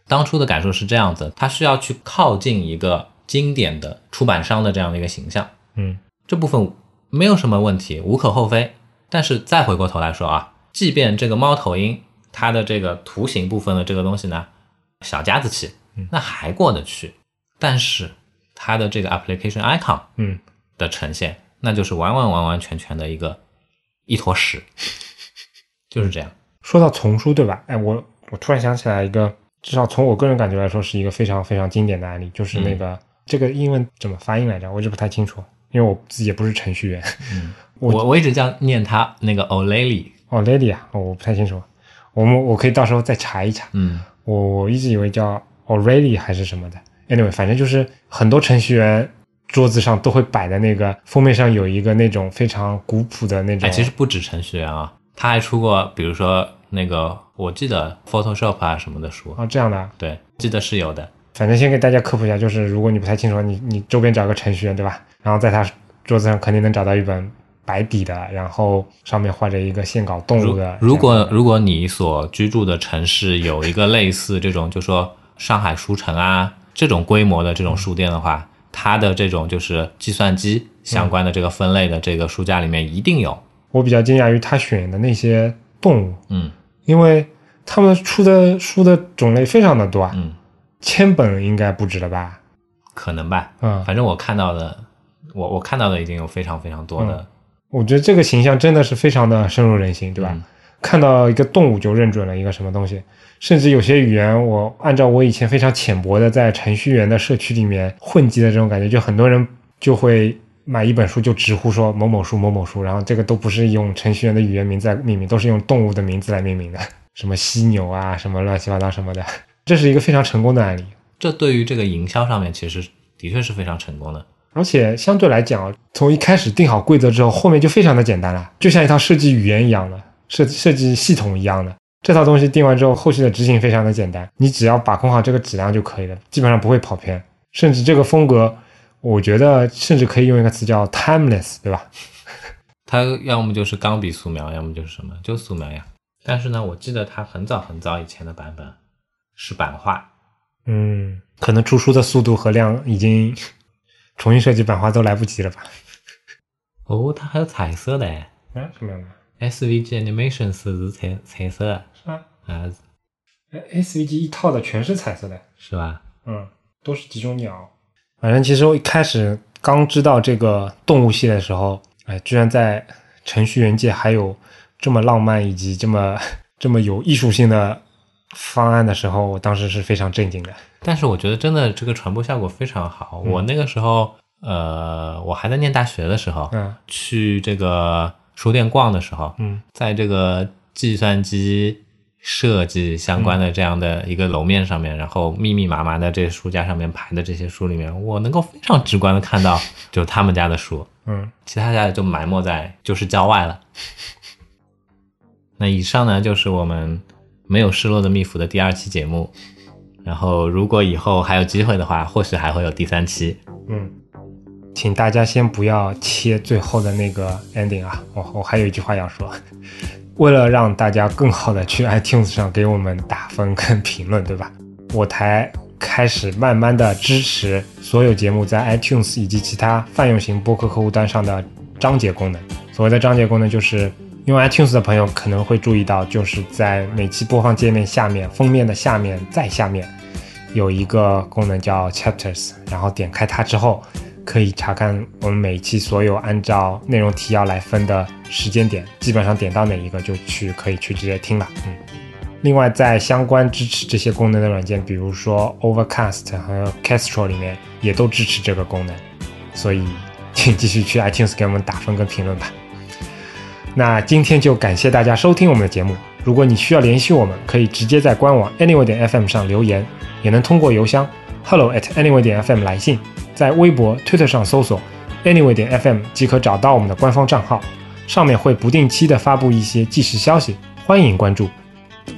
A: 当初的感受是这样子，它需要去靠近一个经典的出版商的这样的一个形象，
B: 嗯
A: 这部分没有什么问题，无可厚非。但是再回过头来说啊，即便这个猫头鹰它的这个图形部分的这个东西呢，小家子气，那还过得去。但是它的这个 application icon
B: 嗯，
A: 的呈现，那就是完完完完全全的一个一坨屎，就是这样。
B: 说到丛书对吧？哎，我我突然想起来一个，至少从我个人感觉来说，是一个非常非常经典的案例，就是
A: 嗯
B: 那个、这个英文怎么发音来着？我一直不太清楚，因为我自己也不是程序员。 我
A: 我我一直叫念它那个 O'Leary，
B: 哦，lady 啊，我不太清楚，我们我可以到时候再查一查。
A: 嗯，
B: 我我一直以为叫 already 还是什么的。Anyway，反正就是很多程序员桌子上都会摆的那个封面上有一个那种非常古朴的那种，
A: 哎，其实不止程序员啊，他还出过，比如说那个我记得 Photoshop 啊什么的书，
B: 啊这样的啊，
A: 对，记得是有的。
B: 反正先给大家科普一下，就是如果你不太清楚，你你周边找个程序员，对吧？然后在他桌子上肯定能找到一本白底的，然后上面画着一个线稿动物
A: 如
B: 的。
A: 如果如果你所居住的城市有一个类似这种，就说上海书城啊这种规模的这种书店的话，它的这种就是计算机相关的这个分类的这个书架里面一定有。
B: 我比较惊讶于他选的那些动物，
A: 嗯
B: 因为他们出的书的种类非常的多啊，
A: 嗯，
B: 千本应该不止了吧？
A: 可能吧。
B: 嗯
A: 反正我看到的，我我看到的已经有非常非常多的。
B: 我觉得这个形象真的是非常的深入人心，对吧？
A: 嗯
B: 看到一个动物就认准了一个什么东西，甚至有些语言，我按照我以前非常浅薄的在程序员的社区里面混迹的这种感觉，就很多人就会买一本书就直呼说某某书某某书，然后这个都不是用程序员的语言名字来命名，都是用动物的名字来命名的，什么犀牛啊，什么乱七八糟什么的，这是一个非常成功的案例。
A: 这对于这个营销上面，其实的确是非常成功的。
B: 而且相对来讲，啊从一开始定好规则之后，后面就非常的简单了，就像一套设计语言一样的，设设计系统一样的。这套东西定完之后，后续的执行非常的简单，你只要把控好这个质量就可以了，基本上不会跑偏。甚至这个风格，我觉得甚至可以用一个词叫 timeless，对吧？
A: 它要么就是钢笔素描，要么就是什么，就素描呀。但是呢，我记得它很早很早以前的版本是版画，
B: 嗯，可能出书的速度和量已经重新设计版画都来不及了吧？
A: 哦，它还有彩色的哎
B: 嗯，什么样的？
A: ，SVG Animation 是彩彩色的
B: 是吧哎
A: 啊，
B: ？SVG 一套的全是彩色的。
A: 是吧？
B: 嗯，都是几种鸟。反正其实我一开始刚知道这个动物系的时候，哎，居然在程序员界还有这么浪漫以及这么 这么有艺术性的方案的时候，我当时是非常震惊的。
A: 但是我觉得真的这个传播效果非常好。
B: 嗯
A: 我那个时候，呃，我还在念大学的时候，
B: 嗯
A: 去这个书店逛的时候，
B: 嗯
A: 在这个计算机设计相关的这样的一个楼面上面，然后密密麻麻的这书架上面排的这些书里面，我能够非常直观的看到，就是他们家的书，
B: 嗯，
A: 其他家的就埋没在就是郊外了。那以上呢，就是我们没有失落的蜜福的第二期节目。然后，如果以后还有机会的话，或许还会有第三期。
B: 嗯，请大家先不要切最后的那个 ending 啊，我我还有一句话要说。 为了让大家更好的去 iTunes 上给我们打分跟评论，对吧？我台开始慢慢的支持所有节目在 iTunes 以及其他泛用型播客客户端上的章节功能。所谓的章节功能，就是用 iTunes 的朋友可能会注意到，就是在每期播放界面下面、封面的下面、再下面，有一个功能叫 Chapters，然后点开它之后，可以查看我们每一期所有按照内容提要来分的时间点，基本上点到哪一个就去可以去直接听了。嗯，另外在相关支持这些功能的软件，比如说 Overcast 和 Castro 里面也都支持这个功能，所以请继续去 iTunes 给我们打分跟评论吧。那今天就感谢大家收听我们的节目。如果你需要联系我们，可以直接在官网 anyway 点 fm 上留言，也能通过邮箱 hello at anyway 点 fm 来信，在微博、Twitter 上搜索 anyway 点 fm 即可找到我们的官方账号，上面会不定期的发布一些即时消息，欢迎关注。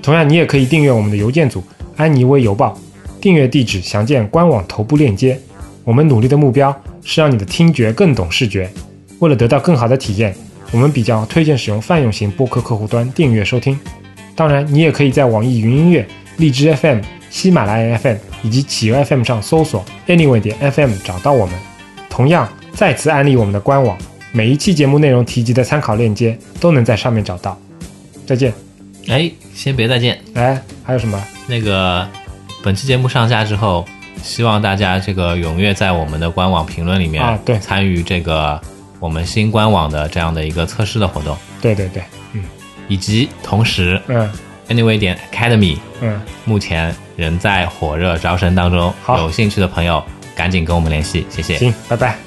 B: 同样，你也可以订阅我们的邮件组“安妮微邮报”，订阅地址详见官网头部链接。我们努力的目标是让你的听觉更懂视觉。为了得到更好的体验，我们比较推荐使用泛用型播客客户端订阅收听。当然，你也可以在网易云音乐、荔枝 FM、喜马拉雅 FM 以及企鹅 FM 上搜索 Anyway 点 FM 找到我们。同样，再次安利我们的官网，每一期节目内容提及的参考链接都能在上面找到。再见。
A: 哎，先别再见。
B: 哎，还有什么？
A: 那个，本期节目上架之后，希望大家这个踊跃在我们的官网评论里面
B: 啊对
A: 参与这个我们新官网的这样的一个测试的活动，
B: 对对对，
A: 以及同时
B: 嗯
A: Anyway 点 Academy
B: 嗯，
A: 目前仍在火热招生当中，
B: 好
A: 有兴趣的朋友赶紧跟我们联系，谢谢。
B: 行，拜拜。